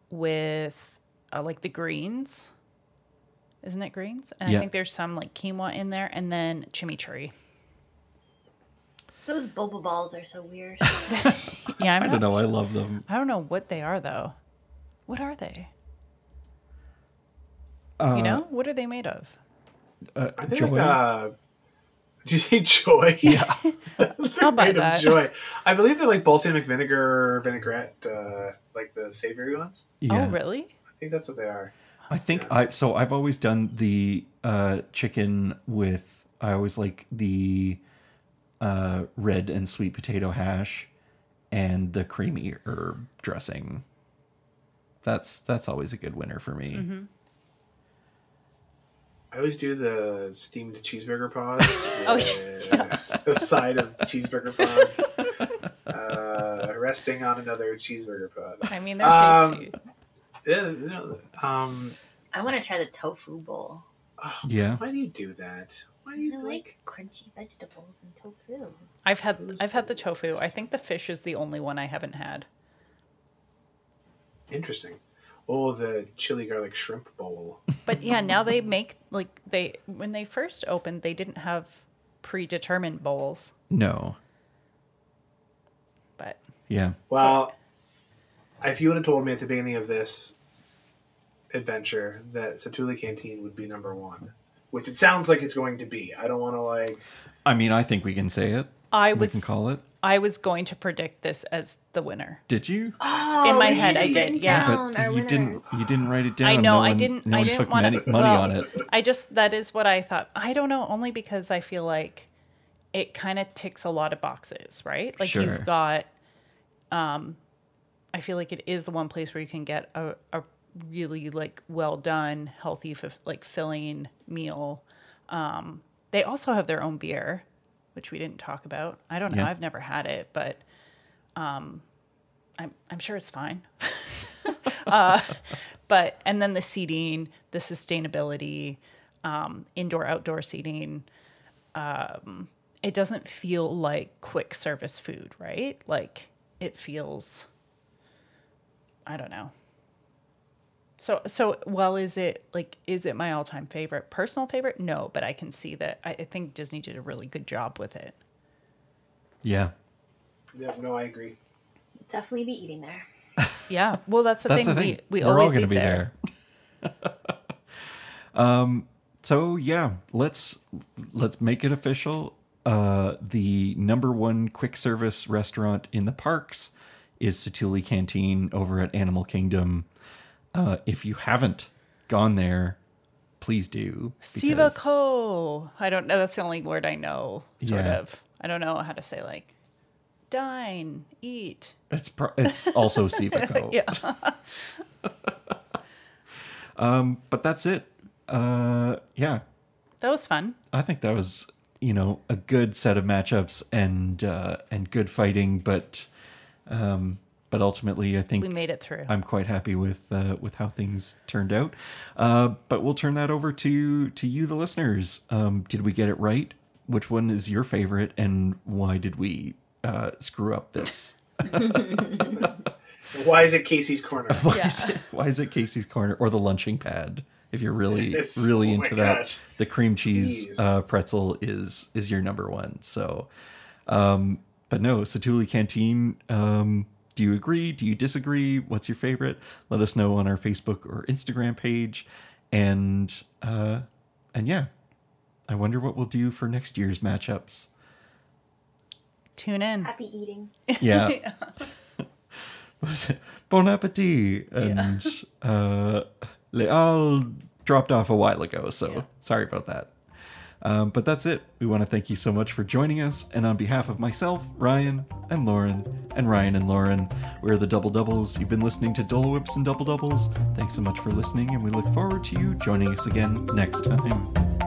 B: with uh, like the greens. Isn't it greens? And
A: Yeah.
B: I think there's some like quinoa in there and then chimichurri.
D: Those boba balls are so weird.
B: Yeah, I'm
A: (laughs) I
B: not,
A: don't know. I love them.
B: I don't know what they are though. What are they?
A: Uh,
B: you know, what are they made of?
A: uh,
C: I think
A: Joy?
C: like, uh, did you say (laughs) joy? Yeah,
B: I'll buy that.
C: joy. I believe they're like balsamic vinegar, vinaigrette, uh, like the savory ones.
A: yeah.
B: Oh, really?
C: I think that's what they are.
A: I think I so I've always done the uh chicken with I always like the uh red and sweet potato hash and the creamy herb dressing. That's that's always a good winner for me.
B: Mm-hmm.
C: I always do the steamed cheeseburger
D: (laughs)
C: pods.
B: Oh,
C: with the side of cheeseburger pods, uh, resting on another cheeseburger pod.
B: I mean, they're
C: Um,
B: tasty.
C: Yeah, you know, um,
D: (laughs) I want to try the tofu bowl.
C: oh,
A: Yeah.
C: Why do you do that? Why do
D: I
C: you like?
D: like crunchy vegetables and tofu.
B: I've had
C: those
B: I've had the
C: things.
B: tofu. I think the fish is the only one I haven't had.
C: Interesting. Oh, the chili garlic shrimp bowl.
B: But yeah, now they make like they when they first opened, they didn't have predetermined bowls.
A: No.
B: But
A: Yeah.
C: Well, if you would have told me at the beginning of this adventure that Satuli Canteen would be number one, which it sounds like it's going to be, I don't want to like.
A: I mean, I think we can say it.
B: I
A: we can
B: was
A: call it.
B: I was going to predict this as the winner.
A: Did you?
D: Oh,
B: In my
D: we
B: head, I
D: should've
B: did,
D: written
B: yeah.
D: down our
A: but you didn't
D: winners.
A: you didn't write it down.
B: I know
A: No
B: I
A: one-
B: didn't.
A: No
B: I
A: one
B: didn't
A: took
B: want
A: many,
B: to,
A: money on it.
B: I just that is what I thought. I don't know, only because I feel like it kind of ticks a lot of boxes, right? Like
A: Sure.
B: you've got, um, I feel like it is the one place where you can get a, a really like well done, healthy, f- like filling meal. Um, they also have their own beer, which we didn't talk about. I don't know.
A: Yeah.
B: I've never had it, but um, I'm I'm sure it's fine. (laughs) Uh, but and then the seating, the sustainability, um, indoor outdoor seating. Um, it doesn't feel like quick service food, right? Like it feels, I don't know. So so well, is it like is it my all time favorite personal favorite? No, but I can see that I, I think Disney did a really good job with it.
A: Yeah.
C: Yeah, no, I agree.
D: Definitely be eating there.
B: Yeah, well that's the
A: That's
B: thing.
A: the thing.
B: We we
A: We're all
B: always
A: going to
B: eat
A: be there. (laughs) um, So yeah, let's let's make it official. Uh, the number one quick service restaurant in the parks is Satuli Canteen over at Animal Kingdom. Uh, if you haven't gone there, please do.
B: Siva
A: because-
B: Ko. I don't know. That's the only word I know, sort
A: Yeah.
B: of. I don't know how to say like dine, eat.
A: It's pro- it's
B: (laughs)
A: also Sivaco.
B: Yeah.
A: (laughs) Um, but that's it. Uh, yeah,
B: That was fun.
A: I think that was you know a good set of matchups and uh, and good fighting, but um, but ultimately I think
B: We made it through.
A: I'm quite happy with uh, with how things turned out. Uh, but we'll turn that over to to you, the listeners. Um, did we get it right? Which one is your favorite, and why did we uh, screw up this?
C: Why is it Casey's corner?
A: (laughs) Why,
B: Yeah.
A: is it, why is it Casey's Corner or the lunching pad? If you're
C: (laughs)
A: really
C: It's-
A: really
C: oh my
A: into that,
C: gosh.
A: the cream cheese
C: Please.
A: uh, pretzel is is your number one. So, um, but no, Satuli Canteen. Um, do you agree? Do you disagree? What's your favorite? Let us know on our Facebook or Instagram page, and uh, and yeah, I wonder what we'll do for next year's matchups.
B: Tune in.
D: Happy eating.
A: Yeah. was it Bon Appetit and uh, they all dropped off a while ago, so
B: Yeah.
A: sorry about that. Um, but that's it. We want to thank you so much for joining us. And on behalf of myself, Ryan, and Lauren, and Ryan and Lauren, we're the Double Doubles. You've been listening to Dole Whips and Double Doubles. Thanks so much for listening, and we look forward to you joining us again next time.